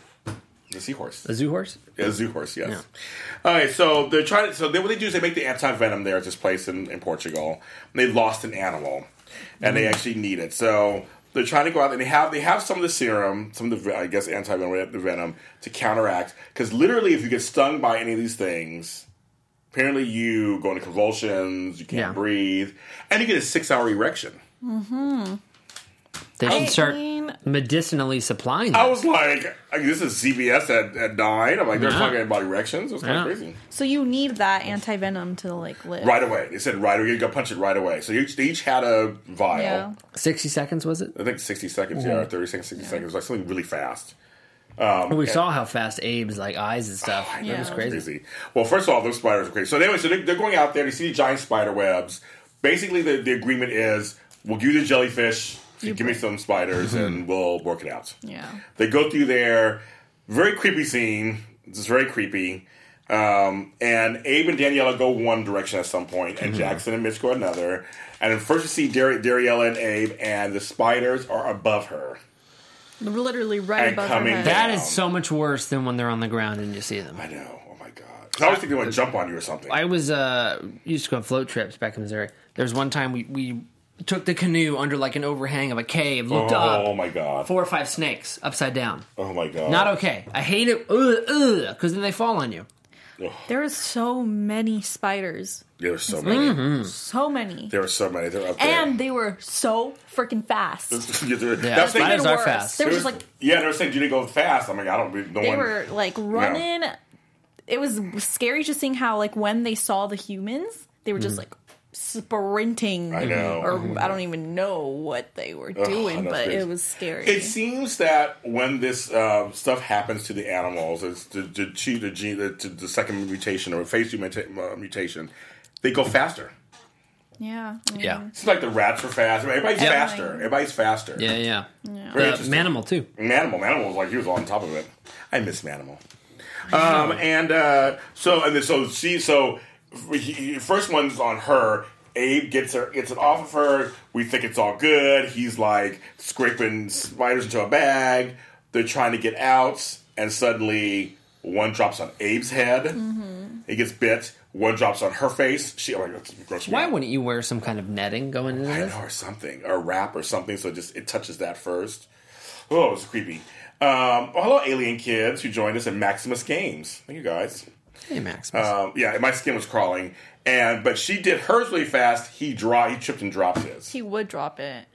S1: The seahorse,
S3: A zoo horse?
S1: yeah, zoo horse, yes. All right, so they're trying. To, so they, what they do is they make the anti venom there at this place in, in Portugal. They lost an animal, and
S3: Mm.
S1: they actually need it. So they're trying to go out and they have they have some of the serum, some of the I guess anti venom, the venom to counteract. Because literally, if you get stung by any of these things, apparently you go into convulsions, you can't
S3: Yeah.
S1: breathe, and you get a six hour erection.
S3: They should start
S4: mean-
S3: medicinally supplying
S1: I
S3: them.
S1: was like, like, this is CBS at, at nine. I'm like, they're
S3: Yeah.
S1: talking about erections. It was kind
S3: Yeah.
S1: of crazy.
S4: So you need that anti venom to like live.
S1: Right away, they said right away. You go punch it right away. So each, they each had a vial.
S4: Yeah.
S3: 60 seconds, was it?
S1: I think sixty seconds, yeah, or thirty seconds, sixty seconds, like something really fast.
S3: we saw how fast Abe's like eyes and stuff.
S1: Oh, I
S3: That
S1: know,
S3: was
S1: it's
S3: crazy.
S1: Well, first of all, those spiders are crazy. So anyway, so they, they're going out there. They see the giant spider webs. Basically, the, the agreement is we'll give you the jellyfish, you give me some spiders, and we'll work it out.
S4: Yeah.
S1: They go through there. Very creepy scene. This is very creepy. Um, and Abe and Daniela go one direction at some point,
S3: Mm-hmm.
S1: and Jackson and Mitch go another. And then first you see Dar- Daniela and Abe, and the spiders are above her.
S4: Literally right
S1: And
S4: above
S1: coming
S4: her head.
S1: down.
S3: That is so much worse than when they're on the ground and you see them.
S1: I know. Oh my god. 'Cause I always think they would jump on you or something.
S3: I was uh used to go on float trips back in Missouri. There was one time we we took the canoe under like an overhang of a cave, looked up,
S1: Oh my god.
S3: four or five snakes upside down.
S1: Oh my god.
S3: Not okay. I hate it. Ugh, ugh, because then they fall on you.
S4: There is so many spiders.
S1: There are so
S3: Mm-hmm.
S1: many.
S4: So many.
S1: There are so many. They're up there.
S4: And they were so freaking fast.
S1: yeah, they're-
S3: Yeah,
S1: that's the thing.
S3: spiders
S4: even
S3: are
S4: worse.
S3: fast.
S4: They were
S1: It
S4: just
S1: was-
S4: like
S1: yeah, they're saying you didn't go fast. I'm like, I don't. No
S4: they
S1: one,
S4: were like running. It was scary just seeing how like when they saw the humans, they were just
S3: Mm.
S4: like sprinting.
S1: I know.
S4: Or I don't even know what they were doing,
S1: that's
S4: but
S1: crazy.
S4: it was scary.
S1: It seems that when this uh, stuff happens to the animals, it's the the, chi- the, gene, the, the, the second mutation or phase two muta- uh, mutation, they go faster.
S4: yeah.
S3: Yeah.
S1: It's like the rats are fast. Everybody's
S3: Yeah.
S1: faster. Everybody's faster.
S3: Yeah, yeah.
S1: Very
S3: Uh,
S1: interesting.
S3: manimal too.
S1: Manimal. Manimal was like he was on top of it. I miss Manimal. Um, and uh, so and then, so she so he, first one's on her. Abe gets her gets it off of her. We think it's all good. He's like scraping spiders into a bag. They're trying to get out, and suddenly one drops on Abe's head. He gets bit. One drops on her face. She oh my god, it grossed me
S3: Why
S1: out.
S3: wouldn't you wear some kind of netting going into
S1: I
S3: this?
S1: know, or something, or wrap or something. So just it touches that first. Oh, it's creepy. Um, oh, hello, alien kids who joined us at Maximus Games. Thank you guys.
S3: Hey, Maximus.
S1: Um, yeah, my skin was crawling, and but she did hers really fast. He draw, he tripped and dropped his
S4: He would drop it.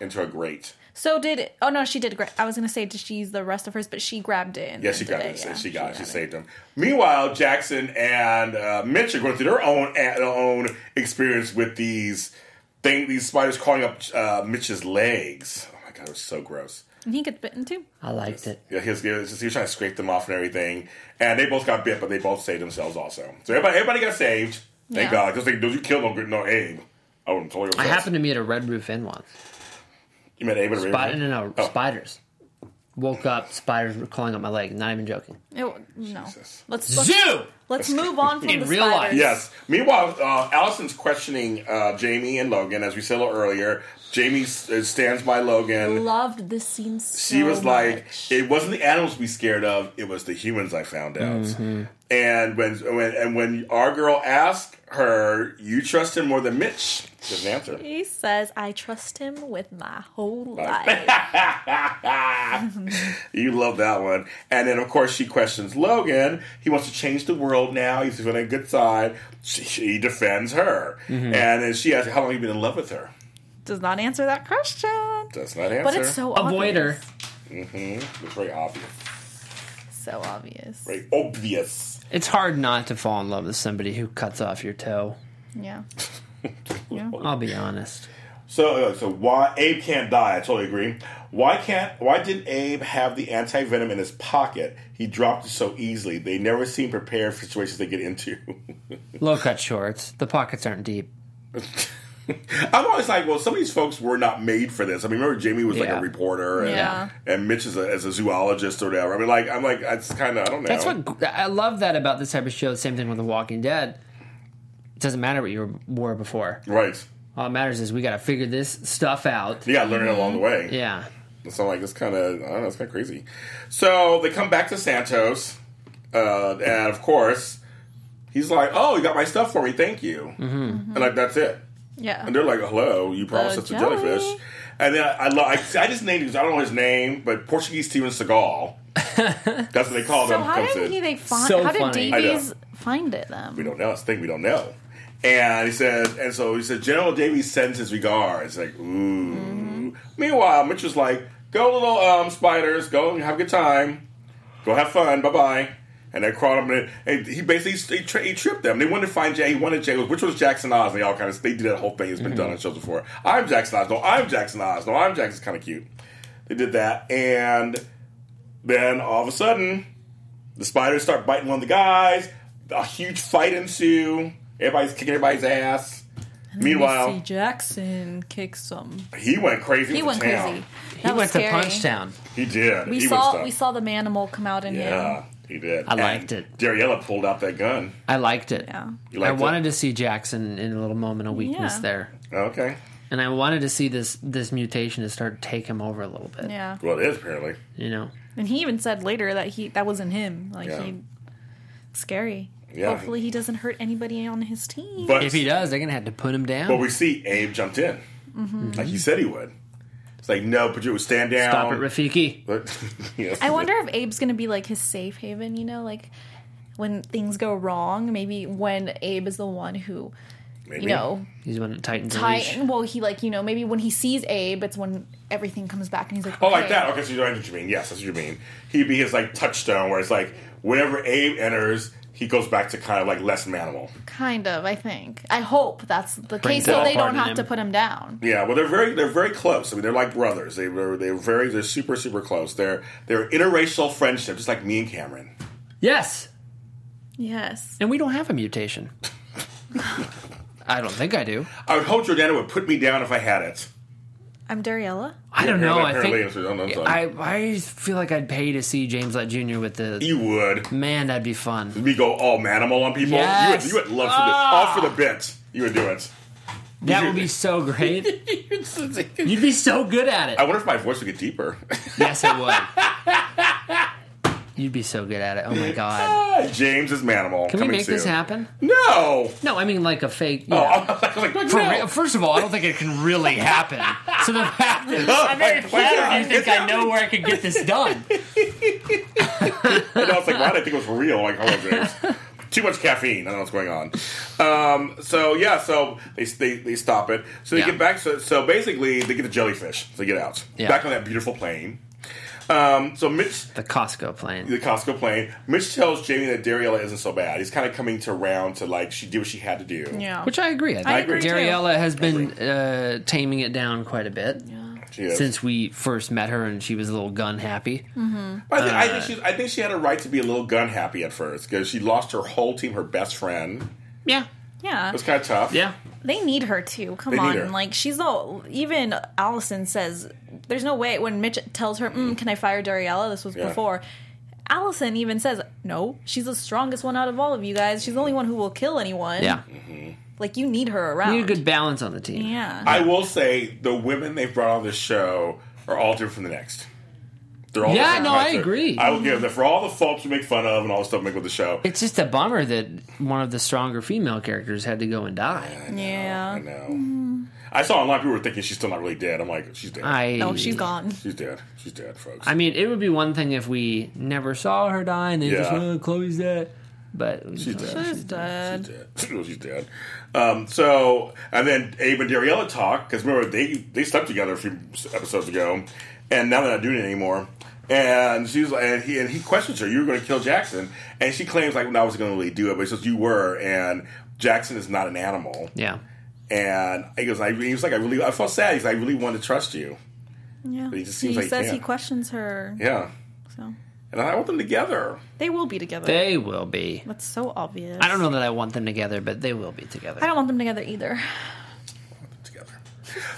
S1: into a grate.
S4: So did oh no she did gra- I was gonna say did she use the rest of hers but she grabbed it. and
S1: Yeah,
S4: then
S1: she
S4: did
S1: got it. She got it. She
S4: it.
S1: saved him. Meanwhile, Jackson and uh, Mitch are going through their own their own experience with these thing. These spiders crawling up uh, Mitch's legs. Oh my God, it was so gross.
S4: And he gets bitten too.
S3: I liked it.
S1: Yeah, he was, he was just- he was trying to scrape them off and everything, and they both got bit, but they both saved themselves also. So everybody, everybody got saved. Thank
S4: Yeah.
S1: God, because they you kill no good no Abe. I wouldn't totally.
S3: I happened to meet a Red Roof Inn once.
S1: You meant Abe and
S3: Spot,
S1: Raven?
S3: no, no,
S1: Oh.
S3: spiders. Woke up, spiders were crawling up my leg. Not even joking.
S4: It, Oh, no.
S1: Jesus.
S4: Let's, let's
S3: Zoo!
S4: let's move on from
S3: In
S4: the
S3: real life.
S4: spiders.
S1: Yes. Meanwhile, uh, Allison's questioning uh, Jamie and Logan, as we said a little earlier. Jamie s- uh, stands by Logan.
S4: Loved this scene so
S1: She was like,
S4: much.
S1: "It wasn't the animals we scared of; it was the humans." I found out. And when, when and when our girl asked her, "You trust him more than Mitch?" Doesn't answer.
S4: He says, I trust him with my whole life.
S1: You love that one. And then, of course, she questions Logan. He wants to change the world now. He's on a good side. She, she defends her. And then she asks, How long have you been in love with her?
S4: Does not answer that question.
S1: Does not answer. Hmm?
S4: But it's so
S3: Avoid her.
S4: obvious.
S1: It's very obvious.
S4: So obvious.
S1: Very obvious.
S3: It's hard not to fall in love with somebody who cuts off your toe.
S4: Yeah.
S3: I'll be honest.
S1: So, uh, so why Abe can't die? I totally agree. Why can't? Why didn't Abe have the anti venom in his pocket? He dropped it so easily. They never seem prepared for situations they get into.
S3: Low cut shorts. The pockets aren't deep.
S1: I'm always like, well, some of these folks were not made for this. I mean, remember Jamie was like
S3: Yeah.
S1: a reporter, and,
S4: Yeah.
S1: and Mitch is a, as a zoologist or whatever. I mean, like, I'm like, that's kind of, I don't know.
S3: That's what I love that about this type of show. The same thing with The Walking Dead. It doesn't matter what you were were before.
S1: right?
S3: All that matters is we got to figure this stuff out.
S1: Yeah, learning along the way.
S4: Mm-hmm.
S3: Yeah.
S1: So like it's kind of I don't know, it's kind of crazy. So they come back to Santos, uh, and of course, he's like, "Oh, you got my stuff for me, thank you." Mm-hmm. And like that's it.
S4: Yeah.
S1: And they're like, "Hello, you promised
S4: The
S1: us a
S4: jelly."
S1: jellyfish." And then I, I, lo- I, I just named his, I don't know his name, but Portuguese Steven Seagal. that's what they called
S4: So
S1: him.
S4: how
S1: comes
S4: did
S1: in.
S4: he they find
S3: So
S4: how did
S3: funny.
S1: I know.
S4: Davies find it them?
S1: we don't know. It's a thing we don't know. And he says, and so he says, General Davies sends his regards. Like, ooh. Meanwhile, Mitch was like, go little um, spiders, go and have a good time, go have fun, bye bye. And they crawled him, in, and he basically he, tri- he tripped them. They wanted to find Jay. He wanted Jay, which was Jackson Oz. They all kind of they did that whole thing. It's been done on shows before. I'm Jackson Oz. No, I'm Jackson Oz. No, I'm Jackson's kind of cute. They did that, and then all of a sudden, the spiders start biting one of the guys. A huge fight ensue. Everybody's kicking everybody's ass.
S4: see
S1: Meanwhile,
S4: Jackson kick some.
S1: he went crazy.
S4: He
S1: with
S4: went
S1: the town.
S4: crazy. That
S3: He
S4: was
S3: went
S4: scary.
S3: to Punch Town.
S1: He did.
S4: We
S1: he was
S4: saw
S1: stuck.
S4: we saw the manimal come out in him.
S1: Yeah, he did.
S3: I liked it.
S1: Dariella pulled out that gun.
S3: I liked it.
S4: Yeah.
S1: You liked
S3: I
S1: it?
S3: wanted to see Jackson in a little moment of weakness
S4: Yeah.
S3: there.
S1: Okay.
S3: And I wanted to see this this mutation to start to take him over a little bit.
S4: Yeah.
S1: Well, it is apparently.
S3: You know?
S4: And he even said later that he that wasn't him. Like
S1: Yeah.
S4: he scary.
S1: Yeah.
S4: Hopefully he doesn't hurt anybody on his team.
S1: But
S3: If he does, they're gonna have to put him down.
S1: but we see Abe jumped in,
S4: Mm-hmm.
S1: like he said he would. It's like no, but you would stand down.
S3: Stop it, Rafiki.
S1: But- yes,
S4: I
S1: he
S4: wonder
S1: did.
S4: if Abe's gonna be like his safe haven, you know, like when things go wrong, maybe when Abe is the one who,
S1: Maybe.
S4: you know,
S3: He's one that tightens the leash.
S4: Titan. Well, he like you know maybe when he sees Abe, it's when everything comes back and he's like,
S1: Oh, like that. Okay, so you know what you mean. Yes, that's what you mean. He'd be his like touchstone, where it's like whenever Abe enters, he goes back to kind of like less manimal.
S4: Kind of, I think. I hope that's the
S3: Brings
S4: case,
S3: it
S4: so
S3: all
S4: they
S3: apart
S4: don't
S3: in
S4: have to
S3: him.
S4: put him down.
S1: Yeah, well, they're very they're very close. I mean, they're like brothers. They were they're very they're super super close. They're they're interracial friendship, just like me and Cameron.
S3: Yes.
S4: Yes.
S3: And we don't have a mutation. I don't think I do.
S1: I would hope Jordana would put me down if I had it.
S4: I'm Dariella.
S3: I don't know. I
S1: Apparently,
S3: think
S1: apparently, I'm sorry.
S3: I, I feel like I'd pay to see James Lett Jr. with the
S1: you would.
S3: man. That'd be fun.
S1: We go all manimal on people.
S3: Yes.
S1: You would you would love
S3: Ah.
S1: to do all for the bit. You would do it.
S3: That would be so great. You'd be so good at
S1: I
S3: it.
S1: wonder if my voice would get deeper.
S3: Yes, it would. You'd be so good at it. Oh my god.
S1: James is manimal.
S3: Can we make this happen?
S1: No.
S3: No, I mean like a fake.
S1: Oh,
S3: Yeah.
S1: I was like, like,
S3: For
S1: no.
S3: real- first of all, I don't think it can really happen. So the fact that
S1: I'm very
S3: flattered you think I know where I can get this done.
S1: And I was like, why did I think it was for real? Like, hello, James. Too much caffeine. I don't know what's going on. Um, so yeah, so they, they they stop it. So they
S3: Yeah.
S1: get back. So, so basically, they get the jellyfish. So they get out
S3: Yeah.
S1: back on that beautiful plane. Um, so Mitch,
S3: The Costco plane.
S1: the Costco plane. Mitch tells Jamie that Dariella isn't so bad. He's kind of coming to round to like she did what she had to do.
S4: Yeah.
S3: Which I agree. I
S4: I
S3: think
S4: agree, too.
S3: Dariella has been uh, taming it down quite a bit.
S1: She is.
S3: since we first met her, and she was a little gun happy.
S1: I think, I, think she's, I think she had a right to be a little gun happy at first because she lost her whole team, her best friend. It
S3: Yeah,
S4: Yeah.
S1: was kind of tough.
S3: yeah.
S4: They need her too. Come
S1: They need
S4: on,
S1: her.
S4: like she's all. Even Allison says, "There's no way." When Mitch tells her, mm, "Can I fire Dariella?" This was
S1: Yeah.
S4: before. Allison even says, "No, she's the strongest one out of all of you guys. She's the only one who will kill anyone.
S3: Yeah,
S4: Like you need her around.
S3: need a good balance on the team.
S4: yeah,
S1: I will say the women they've brought on this show are all different from the next. They're all
S3: Yeah,
S1: different
S3: no,
S1: types
S3: I
S1: of-
S3: agree.
S1: I will give them for all the faults we make fun of and all the stuff we make with the show.
S3: It's just a bummer that one of the stronger female characters had to go and die.
S1: I
S4: yeah.
S1: know. I saw online people were thinking she's still not really dead. I'm like, she's dead.
S3: I
S4: Oh, she's gone.
S1: she's dead. She's dead, folks.
S3: I mean, it would be one thing if we never saw her die and they just
S1: Yeah.
S3: oh, Chloe's dead, but she's
S1: dead.
S4: She's dead.
S1: she's dead. she's dead. Um, so and then Abe and Dariella talk because remember they they slept together a few episodes ago, and now they're not doing it anymore. And she's like, and he and he questions her, "You were going to kill Jackson," and she claims like, "No, I wasn't going to really do it," but he says, "You were," and Jackson is not an animal.
S3: Yeah.
S1: And he goes, "I." He was like, "I really," I felt sad. He's like, "I really wanted to trust you."
S4: Yeah.
S1: But he just seems like he
S4: says he
S1: can't.
S4: questions her.
S1: Yeah,
S4: So
S1: and I want them together.
S4: they will be together.
S3: They will be.
S4: That's so obvious.
S3: I don't know that I want them together, but they will be together.
S4: I don't want them together either.
S1: together.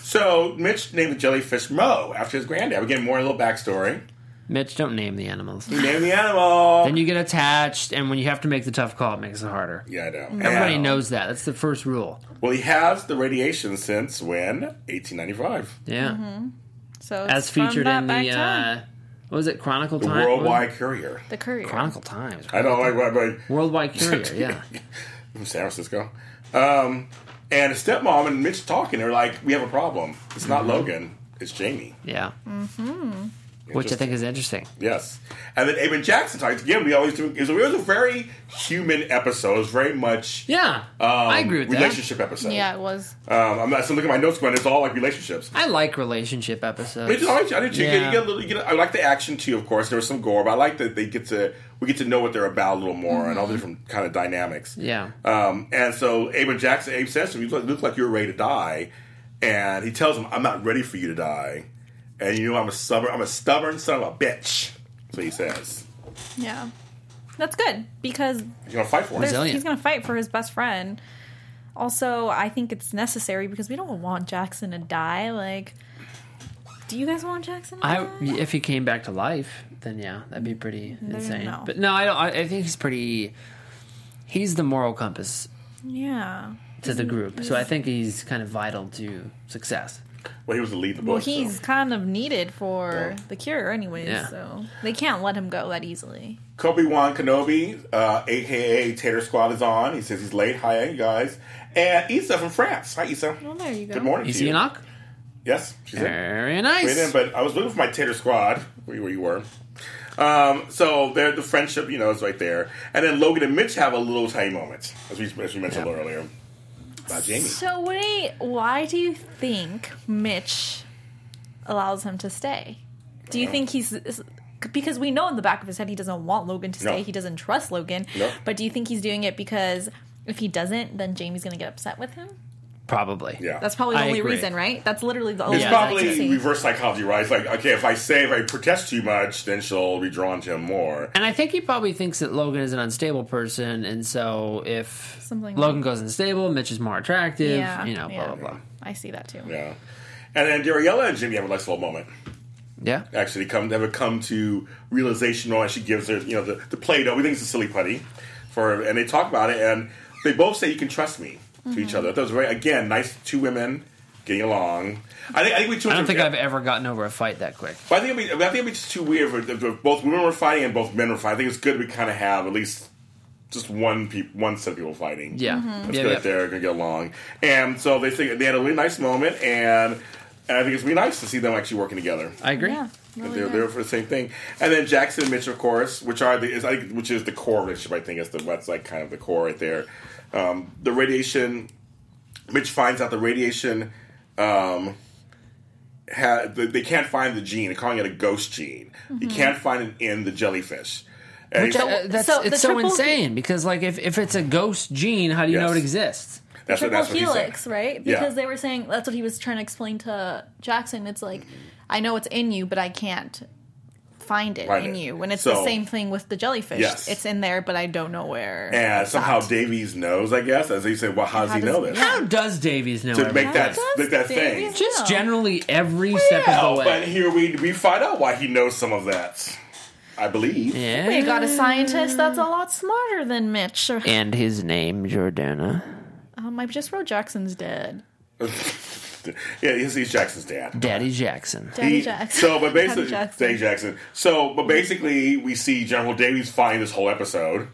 S1: So Mitch named the jellyfish Mo after his granddad. Again, more a little backstory.
S3: Mitch, don't name the animals.
S1: He named the animal.
S3: then you get attached, and when you have to make the tough call, it makes it harder.
S1: yeah, I know.
S3: Mm. Everybody
S1: And-
S3: knows that. That's the first rule.
S1: Well, he has the radiation since when? 1895.
S3: Yeah.
S4: So it's
S3: As
S4: from
S3: featured
S4: Mm-hmm. that
S3: in
S4: back
S3: the,
S4: time.
S3: uh, what was it, Chronicle
S1: The
S3: Time?
S1: Worldwide Courier.
S4: the courier.
S3: Chronicle Times.
S1: I don't like what but
S3: Worldwide Courier, yeah.
S1: from San Francisco. Um, and his stepmom and Mitch talking. They're like, "We have a problem. It's
S3: Mm-hmm.
S1: not Logan. It's Jamie."
S3: Yeah.
S4: Mm-hmm.
S3: Which I think is interesting.
S1: Yes. And then Eamon Jackson talks again. We always do. It was a very human episode. It was very much. um,
S3: Yeah. I agree with that.
S1: relationship episode.
S4: Yeah, it was.
S1: Um, I'm not. So look at my notes, Gwen. It's all like relationships.
S3: I like relationship episodes.
S1: Which is always, I did too. You get-
S3: Yeah.
S1: You get a little, you get a- I like the action too, of course. There was some gore, but I like that they get to we get to know what they're about a little more and
S4: Mm-hmm.
S1: all the different kind of dynamics.
S3: Yeah.
S1: Um, and so Abe Jackson, Abe says to him, "You look, look like you're ready to die," and he tells him, "I'm not ready for you to die," and you know I'm a stubborn, I'm a stubborn son of a bitch. So he says,
S4: Yeah. That's good because
S1: "You're gonna fight for
S4: there's-
S1: it."
S3: Resilient.
S4: he's going to fight for his best friend. Also, I think it's necessary because we don't want Jackson to die. Like, do you guys want Jackson to
S3: I
S4: die?
S3: if he came back to life, then yeah, that'd be pretty insane.
S4: no.
S3: But no, I don't. I, I think he's pretty. He's the moral compass
S4: Yeah.
S3: to the group, so I think he's kind of vital to success.
S1: Well, he was the lead of the book.
S4: Well, he's
S1: so.
S4: kind of needed for
S1: Yeah.
S4: the cure, anyways,
S3: Yeah.
S4: so they can't let him go that easily.
S1: Kobe Wan Kenobi, uh, aka Tater Squad, is on. He says he's late. Hi, you guys. And Issa from France. Hi, Issa.
S4: Well, there you go.
S1: Good morning.
S3: You
S1: to
S3: see
S1: you.
S3: a knock?
S1: Yes, she's in.
S3: Very
S1: Wait in,
S3: nice.
S1: but I was looking for my tater squad where where you were. Um, so there, the friendship, you know, is right there. And then Logan and Mitch have a little tiny moment, as we, as we mentioned a little earlier. About Jamie.
S4: So wait, why do you think Mitch allows him to stay? Do you think he's is- because we know in the back of his head he doesn't want Logan to
S1: No.
S4: stay. He doesn't trust Logan.
S1: No.
S4: But do you think he's doing it because if he doesn't, then Jamie's going to get upset with him?
S3: Probably.
S1: Yeah.
S4: That's probably the
S3: I
S4: only
S3: agree.
S4: reason, right? That's literally the only
S1: it's
S3: yeah,
S4: reason I can
S1: probably
S4: see.
S1: reverse psychology, right? It's like, okay, if I say, if I protest too much, then she'll be drawn to him more.
S3: And I think he probably thinks that Logan is an unstable person, and so if
S4: Something like-
S3: Logan goes unstable, Mitch is more attractive.
S4: Yeah,
S3: You know, blah
S4: yeah.
S3: blah blah.
S4: I see that too.
S1: Yeah. And then Dariella and Jimmy have a nice little moment.
S3: Yeah.
S1: actually come have a come to realization on she gives her you know the, the play-doh we think it's a silly putty for and they talk about it and they both say you can trust me to
S3: Mm-hmm.
S1: each other that was very again nice two women getting along i think, I think we too
S3: I don't think I've ever gotten over a fight that quick.
S1: but I think, it'd be, I think it'd be just too weird if, if- if both women were fighting and both men were fighting. I think it's good we kind of have at least just one peop one set of people fighting.
S3: Yeah.
S4: Mm-hmm.
S1: That's
S3: Yeah,
S1: good
S3: yeah.
S1: if they're gonna get along. And so they think they had a really nice moment, and, and I think it's really nice to see them actually working together.
S3: I agree.
S4: Yeah.
S1: And
S4: really
S1: they're
S4: good.
S1: there for the same thing. And then Jackson and Mitch, of course, which are the is I think, which is the core relationship. I think is the that's like kind of the core right there. Um, the radiation. Mitch finds out the radiation. Um, ha, they they can't find the gene. They're calling it a ghost gene. You can't find it in the jellyfish. And
S3: Which,
S1: he's-
S3: uh, that's,
S4: so the
S3: it's so
S4: triple-
S3: insane because like if, if it's a ghost gene, how do you know
S1: Yes.
S3: it exists?
S1: That's what
S4: triple
S1: that's what he said.
S4: helix, right?
S1: Yeah.
S4: Because they were saying that's what he was trying to explain to Jackson. It's like I know it's in you, but I can't find it
S1: Find
S4: in
S1: it.
S4: you. And it's
S1: So-
S4: the same thing with the jellyfish.
S1: Yes.
S4: It's in there, but I don't know where.
S1: And
S4: it's
S1: somehow
S4: at.
S1: Davies knows, I guess. As he said, well, how does
S4: How
S1: he
S4: does-
S1: know this?
S4: yeah.
S3: How does Davies know
S1: To make
S3: everything?
S1: that
S4: does
S1: make that thing.
S4: Davies-
S3: Just
S4: Yeah.
S3: generally every step
S1: Yeah,
S3: of the
S1: but
S3: way.
S1: here we we find out why he knows some of that. I believe.
S3: Yeah.
S4: we got a scientist that's a lot smarter than Mitch. Or-
S3: and his name Jordana.
S4: Um, I just wrote Jackson's dead.
S1: yeah, he's, he's Jackson's dad.
S3: Daddy Jackson.
S4: Daddy
S1: He-
S4: Jackson.
S1: So, but basically,
S4: Daddy Jackson.
S1: Daddy Jackson. So, but basically, we see General Davies find this whole episode,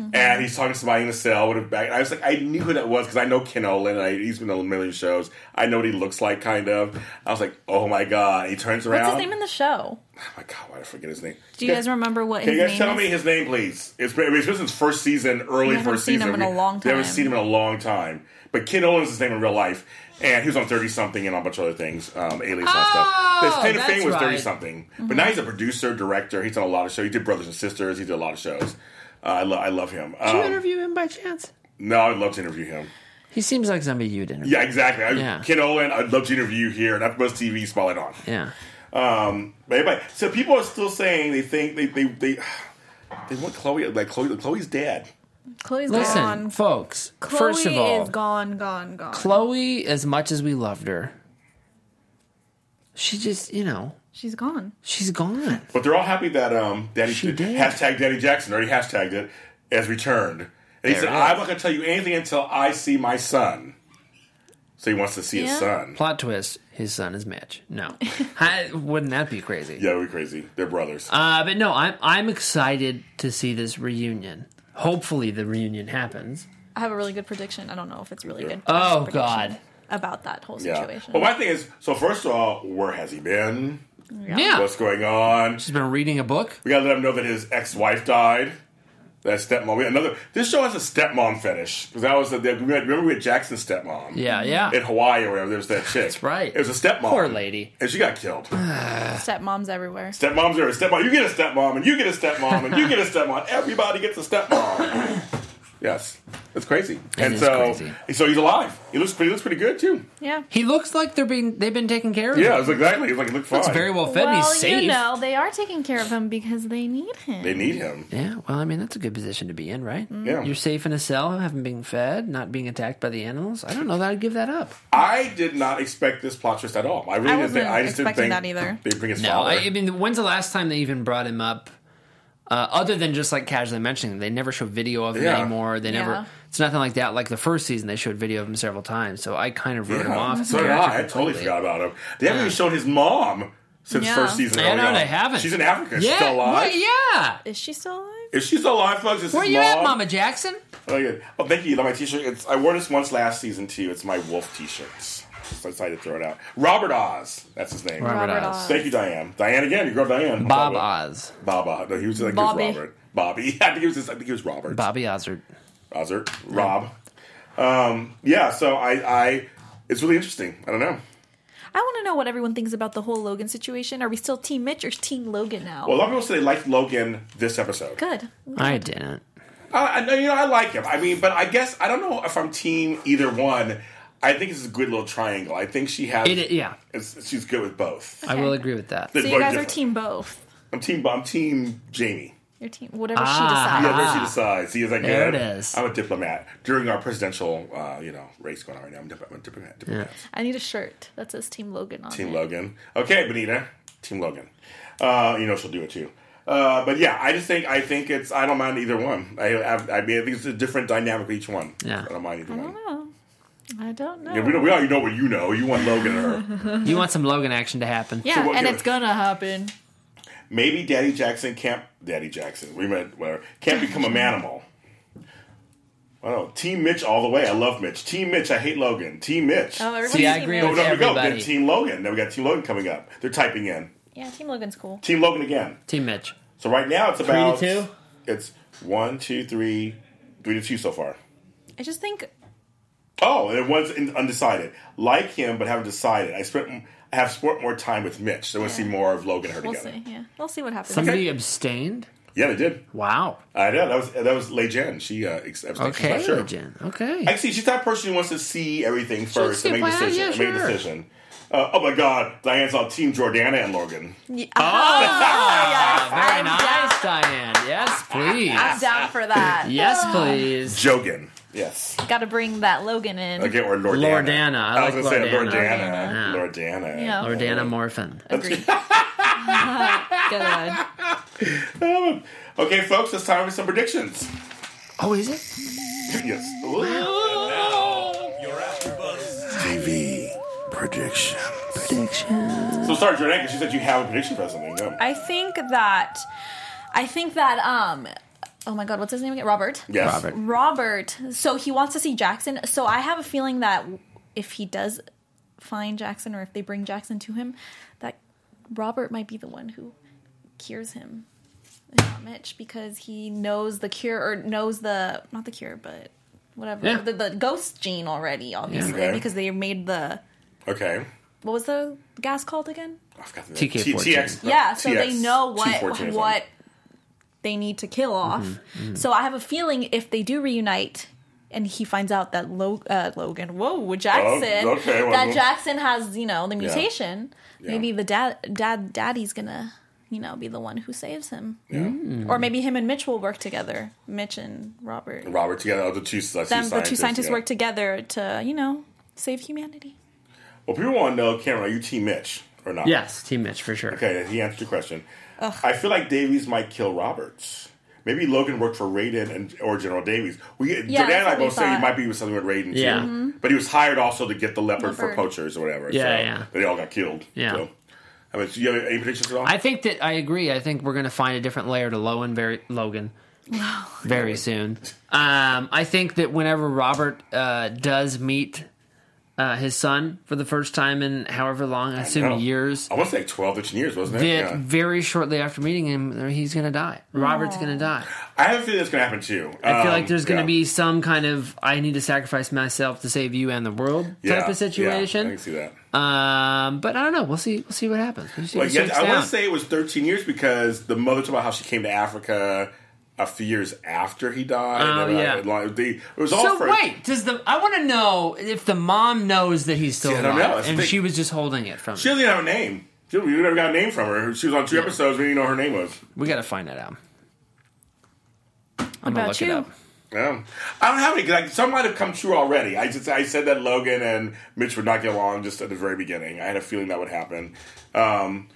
S4: Mm-hmm.
S1: and he's talking to somebody in the cell with a bag. I was like, I knew who that was because I know Ken Olin. and I, he's been on a million shows. I know what he looks like, kind of. I was like, oh my god. He turns around.
S4: What's his name in the show?
S1: oh my god, why did I forget his name?
S4: Do you guys remember what
S1: Can
S4: his
S1: you guys
S4: name
S1: tell
S4: is?
S1: me his name, please? It's been, it's been since first season, early
S4: We haven't
S1: first
S4: seen
S1: season.
S4: him in a
S1: We-
S4: long
S1: We haven't
S4: time.
S1: seen him in a long time. But Ken Olin's his name in real life, and he was on Thirty Something and on a bunch of other things, um, Alias
S3: Oh,
S1: and stuff. His claim to
S3: that's
S1: fame was
S3: right.
S1: Thirty Something,
S4: Mm-hmm.
S1: but now he's a producer, director. He's done a lot of shows. He did Brothers and Sisters. He did a lot of shows. Uh, I, lo- I love him.
S3: Did you
S1: Um,
S3: interview him by chance?
S1: no, I'd love to interview him.
S3: He seems like somebody you'd interview.
S1: Yeah, exactly. I,
S3: Yeah.
S1: Ken Olin, I'd love to interview you here, and that's most TV spotlight on.
S3: Yeah.
S1: Um, but anyway, so people are still saying they think they they they, they want Chloe like Chloe Chloe's dead.
S4: Chloe's
S3: Listen,
S4: gone.
S3: folks.
S4: Chloe
S3: first of all,
S4: is gone, gone, gone.
S3: Chloe, as much as we loved her, she just, you know,
S4: She's gone.
S3: she's gone.
S1: But they're all happy that um Daddy
S3: She did.
S1: hashtag Daddy Jackson already hashtagged it as returned. And he
S3: There
S1: said,
S3: it is.
S1: "I'm not going to tell you anything until I see my son." So he wants to see his
S4: Yeah.
S1: son.
S3: Plot twist: his son is Mitch. No, I, wouldn't that be crazy?
S1: Yeah, we're crazy. They're brothers.
S3: Uh, but no, I'm I'm excited to see this reunion. Hopefully, the reunion happens.
S4: I have a really good prediction. I don't know if it's really good.
S3: Oh,
S4: prediction
S3: God.
S4: About that whole
S1: yeah.
S4: situation.
S1: Well, my thing is, so first of all, where has he been?
S3: Yeah,
S1: What's going on?
S3: she's been reading a book.
S1: We gotta let him know that his ex-wife died. That stepmom. We another. This show has a stepmom fetish because that was the, the remember we had Jackson's stepmom.
S3: Yeah, yeah.
S1: In Hawaii or wherever, there's that chick. That's
S3: right.
S1: It was a stepmom.
S3: Poor lady.
S1: And she got killed.
S4: Stepmoms everywhere.
S1: Stepmoms are a stepmom. You get a stepmom, and you get a stepmom, and you get a stepmom. Everybody gets a stepmom. yes, it's crazy. and
S3: is
S1: so,
S3: crazy.
S1: so he's alive. He looks pretty. Looks pretty good too.
S4: Yeah.
S3: He looks like they're being they've been taken care of.
S1: Yeah, it's exactly. He's like, look fine.
S3: He's very well fed. and
S4: well,
S3: he's safe.
S4: you know, they are taking care of him because they need him.
S1: They need him.
S3: Yeah, well, I mean that's a good position to be in, right?
S1: Yeah.
S3: You're safe in a cell, haven't been fed, not being attacked by the animals. I don't know that I'd give that up.
S1: I did not expect this plot twist at all. I really
S4: I
S1: didn't. Think,
S4: wasn't
S1: I just didn't think
S4: expecting that either.
S1: They bring his
S3: No,
S1: father.
S3: I, I mean, when's the last time they even brought him up? Uh, other than just like casually mentioning, him? they never show video of him
S1: Yeah.
S3: anymore. They never.
S4: Yeah.
S3: It's nothing like that. Like the first season, they showed video of him several times. So I kind of wrote him
S1: Yeah,
S3: off.
S1: so did I. I totally forgot about him. They haven't even shown his mom since
S4: Yeah.
S1: first season.
S3: I
S1: early
S3: know,
S1: on.
S3: they haven't.
S1: She's in Africa. She's
S3: Yeah,
S1: still alive.
S3: well, yeah.
S4: Is she still alive?
S1: If she's still alive, folks, it's
S3: Where
S1: his
S3: you at,
S1: mom.
S3: Mama Jackson?
S1: Oh, yeah. oh, thank you. Love my t-shirt. It's, I wore this once last season too. It's my wolf t-shirt. So I decided to throw it out. Robert Oz. That's his name.
S3: Robert
S4: Robert
S3: Oz.
S4: Oz.
S1: Thank you, Diane. Diane again. Your girl Diane.
S3: Bob Oz,
S1: Bob Oz. No, he was like
S4: Bobby.
S1: He was Robert. Bobby. I think he was. Just, I think he was Robert.
S3: Bobby Ozard.
S1: Ozert. Rob. Um, yeah. So I. I. It's really interesting. I don't know.
S4: I want to know what everyone thinks about the whole Logan situation. Are we still Team Mitch or Team Logan now?
S1: Well, a lot of people say they liked Logan this episode.
S4: Good.
S3: I didn't.
S1: I, I, you know, I like him. I mean, but I guess I don't know if I'm team either one. I think it's a good little triangle. I think she has.
S3: It, yeah,
S1: It's, she's good with both.
S3: I will agree with that.
S1: They're
S4: So you
S1: very
S4: guys are
S1: different.
S4: Team both.
S1: I'm team. I'm team Jamie.
S4: Your team, whatever
S3: Ah.
S4: she
S1: Yeah,
S4: decides.
S1: where she decides. See, is like,
S3: There
S1: yeah,
S3: it is.
S1: I'm a diplomat during our presidential, uh, you know, race going on right now. I'm, dip- I'm a diplomat. diplomat.
S4: I need a shirt that says Team Logan on
S1: Team
S4: it.
S1: Logan. Okay, Benita. Team Logan. Uh, you know she'll do it too. Uh, but yeah, I just think I think it's I don't mind either one. I I, I mean I think it's a different dynamic with each one.
S3: Yeah.
S1: I don't mind either
S4: I
S1: one.
S4: don't know. I don't know.
S1: Yeah, we, know, we already know what you know. You want Logan or her.
S3: You want some Logan action to happen?
S4: Yeah,
S1: what-
S4: and
S1: yeah.
S4: it's gonna happen.
S1: Maybe Daddy Jackson can't. Daddy Jackson. We meant whatever. Can't become a manimal. I don't know. Team Mitch all the way. I love Mitch. Team Mitch. I hate Logan. Team Mitch.
S4: Oh, everybody's
S3: See, I
S4: Team
S3: agree
S1: No,
S4: Logan.
S3: with
S1: no, we go. Then
S3: Everybody.
S1: Team Logan. Then we got Team Logan coming up. They're typing in
S4: Yeah, Team Logan's cool.
S1: Team Logan again.
S3: Team Mitch.
S1: So right now it's about
S3: two?
S1: It's one, two, three, three to two so far.
S4: I just think
S1: Oh, and it was in- undecided. Like him, but haven't decided. I spent I have spent more time with Mitch. So I want to see more of Logan and her
S4: we'll
S1: together.
S4: see. Yeah, we'll see what happens.
S3: Somebody abstained.
S1: Yeah, they did.
S3: Wow.
S1: I know that was that was Lei Jen. She uh, ex- abstained. She's
S3: Okay,
S1: not sure.
S3: Jen. Okay.
S1: I see. She's that person who wants to see everything first
S3: see
S1: and make a
S3: plan,
S1: decision.
S3: yeah,
S1: and Make a
S3: sure.
S1: decision. Uh, oh my God! Diane saw Team Jordana and Logan.
S4: Oh,
S3: Ah, very nice, Diane. Yes,
S4: I'm
S3: please.
S4: down for that.
S3: Yes, please.
S1: Jogan. Yes.
S4: Got to bring that Logan in.
S1: Okay, or Lordana.
S3: Lordana. I
S1: I, was
S3: like
S1: gonna
S3: Lordana.
S1: say Lordana. Lordana.
S4: Yeah.
S3: Lordana Morphin.
S4: Agreed. Good.
S1: Um, Okay, folks, it's time for some predictions.
S3: Oh, is it?
S1: yes. TV prediction. So sorry, Jordana, 'cause she said you have a prediction for us. something. Yeah.
S4: I think that I think that um oh my god, what's his name again? Robert.
S1: Yes.
S3: Robert.
S4: Robert. So he wants to see Jackson. So I have a feeling that if he does find Jackson or if they bring Jackson to him, that Robert might be the one who cures him. and Not Mitch because he knows the cure or knows the not the cure, but whatever.
S3: Yeah.
S4: The, the ghost gene already, obviously,
S1: Okay.
S4: because they made the
S1: Okay.
S4: what was the gas called again?
S1: I forgot the name.
S3: TK14.
S1: T- TX.
S4: Yeah, so
S1: TX,
S4: they know what
S1: 214 or something.
S4: what they need to kill
S1: Mm-hmm,
S4: off. So I have a feeling if they do reunite and he finds out that Lo- uh, Logan, whoa, Jackson,
S1: Oh, okay, well,
S4: that
S1: well.
S4: Jackson has you know the mutation,
S1: Yeah.
S4: maybe the dad dad daddy's gonna you know be the one who saves him,
S3: Mm.
S4: or maybe him and Mitch will work together. Mitch and Robert,
S1: Robert together, oh, the two, uh, two
S4: them the two scientists
S1: yeah.
S4: work together to you know save humanity.
S1: Well, people want to know, Cameron, are you Team Mitch or not?
S3: Yes, Team Mitch for sure.
S1: Okay, he answered your question. I feel like Davies might kill Roberts. Maybe Logan worked for Raiden and or General Davies. We Jordan
S4: that's
S1: and I
S4: what we
S1: both said he
S4: thought. Mm-hmm.
S1: might be with something with Raiden too.
S3: Yeah. Mhm.
S1: But he was hired also to get the leopard, for
S4: Leopard.
S1: poachers or whatever.
S3: Yeah,
S1: so
S3: yeah.
S1: They all got killed.
S3: Yeah.
S1: So, I mean, do you have any predictions at all?
S3: I think that I agree. I think we're going to find a different layer to Lowen very, Logan very soon. Um, I think that whenever Robert uh, does meet uh, his son for the first time in however long, I assume
S1: No.
S3: years,
S1: I Oh want to say 12, 13 years, wasn't it?
S3: that
S1: Yeah.
S3: very shortly after meeting him, he's going to die. Robert's going to die.
S1: I have a feeling that's going to happen too. Um,
S3: I feel like there's going to be some kind of I need to sacrifice myself to save you and the world type of
S1: I
S3: situation.
S1: can see that.
S3: um, but I don't know. We'll see. We'll see what happens. We'll see
S1: But
S3: what
S1: yes,
S3: shakes
S1: I want
S3: down.
S1: to say it was 13 years because the mother talked about how she came to Africa a few years after he died.
S3: Oh,
S1: And, uh,
S3: yeah.
S1: like, they- it was all
S3: So
S1: for
S3: wait, does the I want to know if the mom knows that he's still
S1: See, I don't
S3: alive,
S1: know. That's the
S3: and
S1: thing.
S3: she was just holding it from.
S1: She
S3: him.
S1: doesn't even have a name. She- We never got a name from her. She was on two episodes. We didn't know her name was.
S3: We got to find that out. I'm
S4: about
S3: gonna look it
S4: you?
S3: up.
S1: Yeah. I don't have any. 'cause, Like, some might have come true already. I just I said that Logan and Mitch would not get along just at the very beginning. I had a feeling that would happen. Um,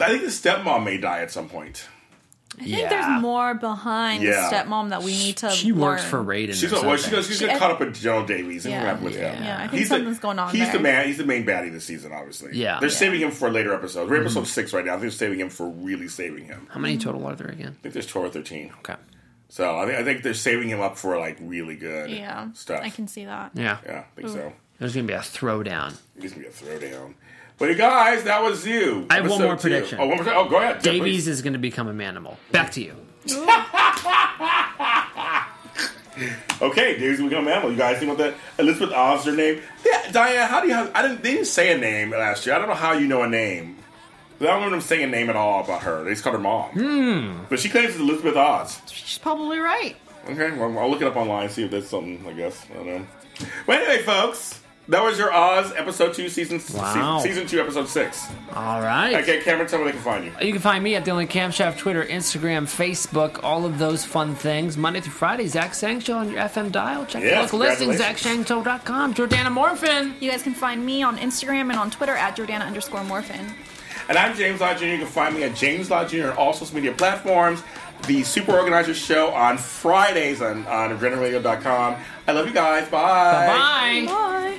S1: I think the stepmom may die at some point.
S4: I think there's more behind
S1: Yeah.
S4: the stepmom that we need to.
S3: She works
S4: learn.
S3: for Raiden.
S1: She's
S3: or
S1: gonna, well, she's
S3: something.
S1: gonna, she's
S4: She-
S1: gonna caught up with General Davies. Yeah,
S4: Yeah.
S1: with him.
S4: Yeah, I think something's going on
S1: He's the
S4: there.
S1: man. He's the main baddie this season, obviously.
S3: Yeah. Mm-hmm.
S1: they're
S3: Yeah.
S1: saving him for later episodes. We're episode six right now. I think they're saving him for really saving him. I
S3: How many total are there again?
S1: think there's twelve or thirteen.
S3: Okay.
S1: So I think I think they're saving him up for like really good
S4: Yeah,
S1: stuff.
S4: I can see that.
S3: Yeah.
S1: Yeah, I think so.
S3: There's gonna be a throwdown.
S1: He's gonna be a throwdown. But you guys, that was you.
S3: I have one
S1: Episode
S3: more
S1: two.
S3: prediction.
S1: Oh, one more. Oh, go ahead. Yeah,
S3: Davies
S1: please.
S3: is gonna become a manimal. Back to you.
S1: Okay, Davies will become an animal. You guys think about that? Elizabeth Oz, her name. Yeah, Diane. How do you? Have, I didn't. They didn't say a name last year. I don't know how you know a name. I don't remember them saying a name at all about her. They just called her mom. But she claims it's Elizabeth Oz.
S4: She's probably right.
S1: Okay, well, I'll look it up online, see if there's something, I guess. I don't know. Well, anyway, folks, that was your Oz episode 2, season,
S3: Wow.
S1: se- season 2, episode 6.
S3: All right.
S1: Okay, Cameron, tell me where they can find you.
S3: You can find me at the only camshaft Twitter, Instagram, Facebook, all of those fun things. Monday through Friday, Zach Sang Show on your FM dial. Check
S1: Yes,
S3: the local listings,
S1: congratulations.
S3: ZachShangShow.com. Jordana Morphin.
S4: You guys can find me on Instagram and on Twitter at Jordana underscore Morphin.
S1: And I'm James Law Jr. You can find me at James Law Jr. on all social media platforms. The Super Organizer Show on Fridays on, on GrenderRadio.com. I love you guys.
S3: Bye.
S4: Bye.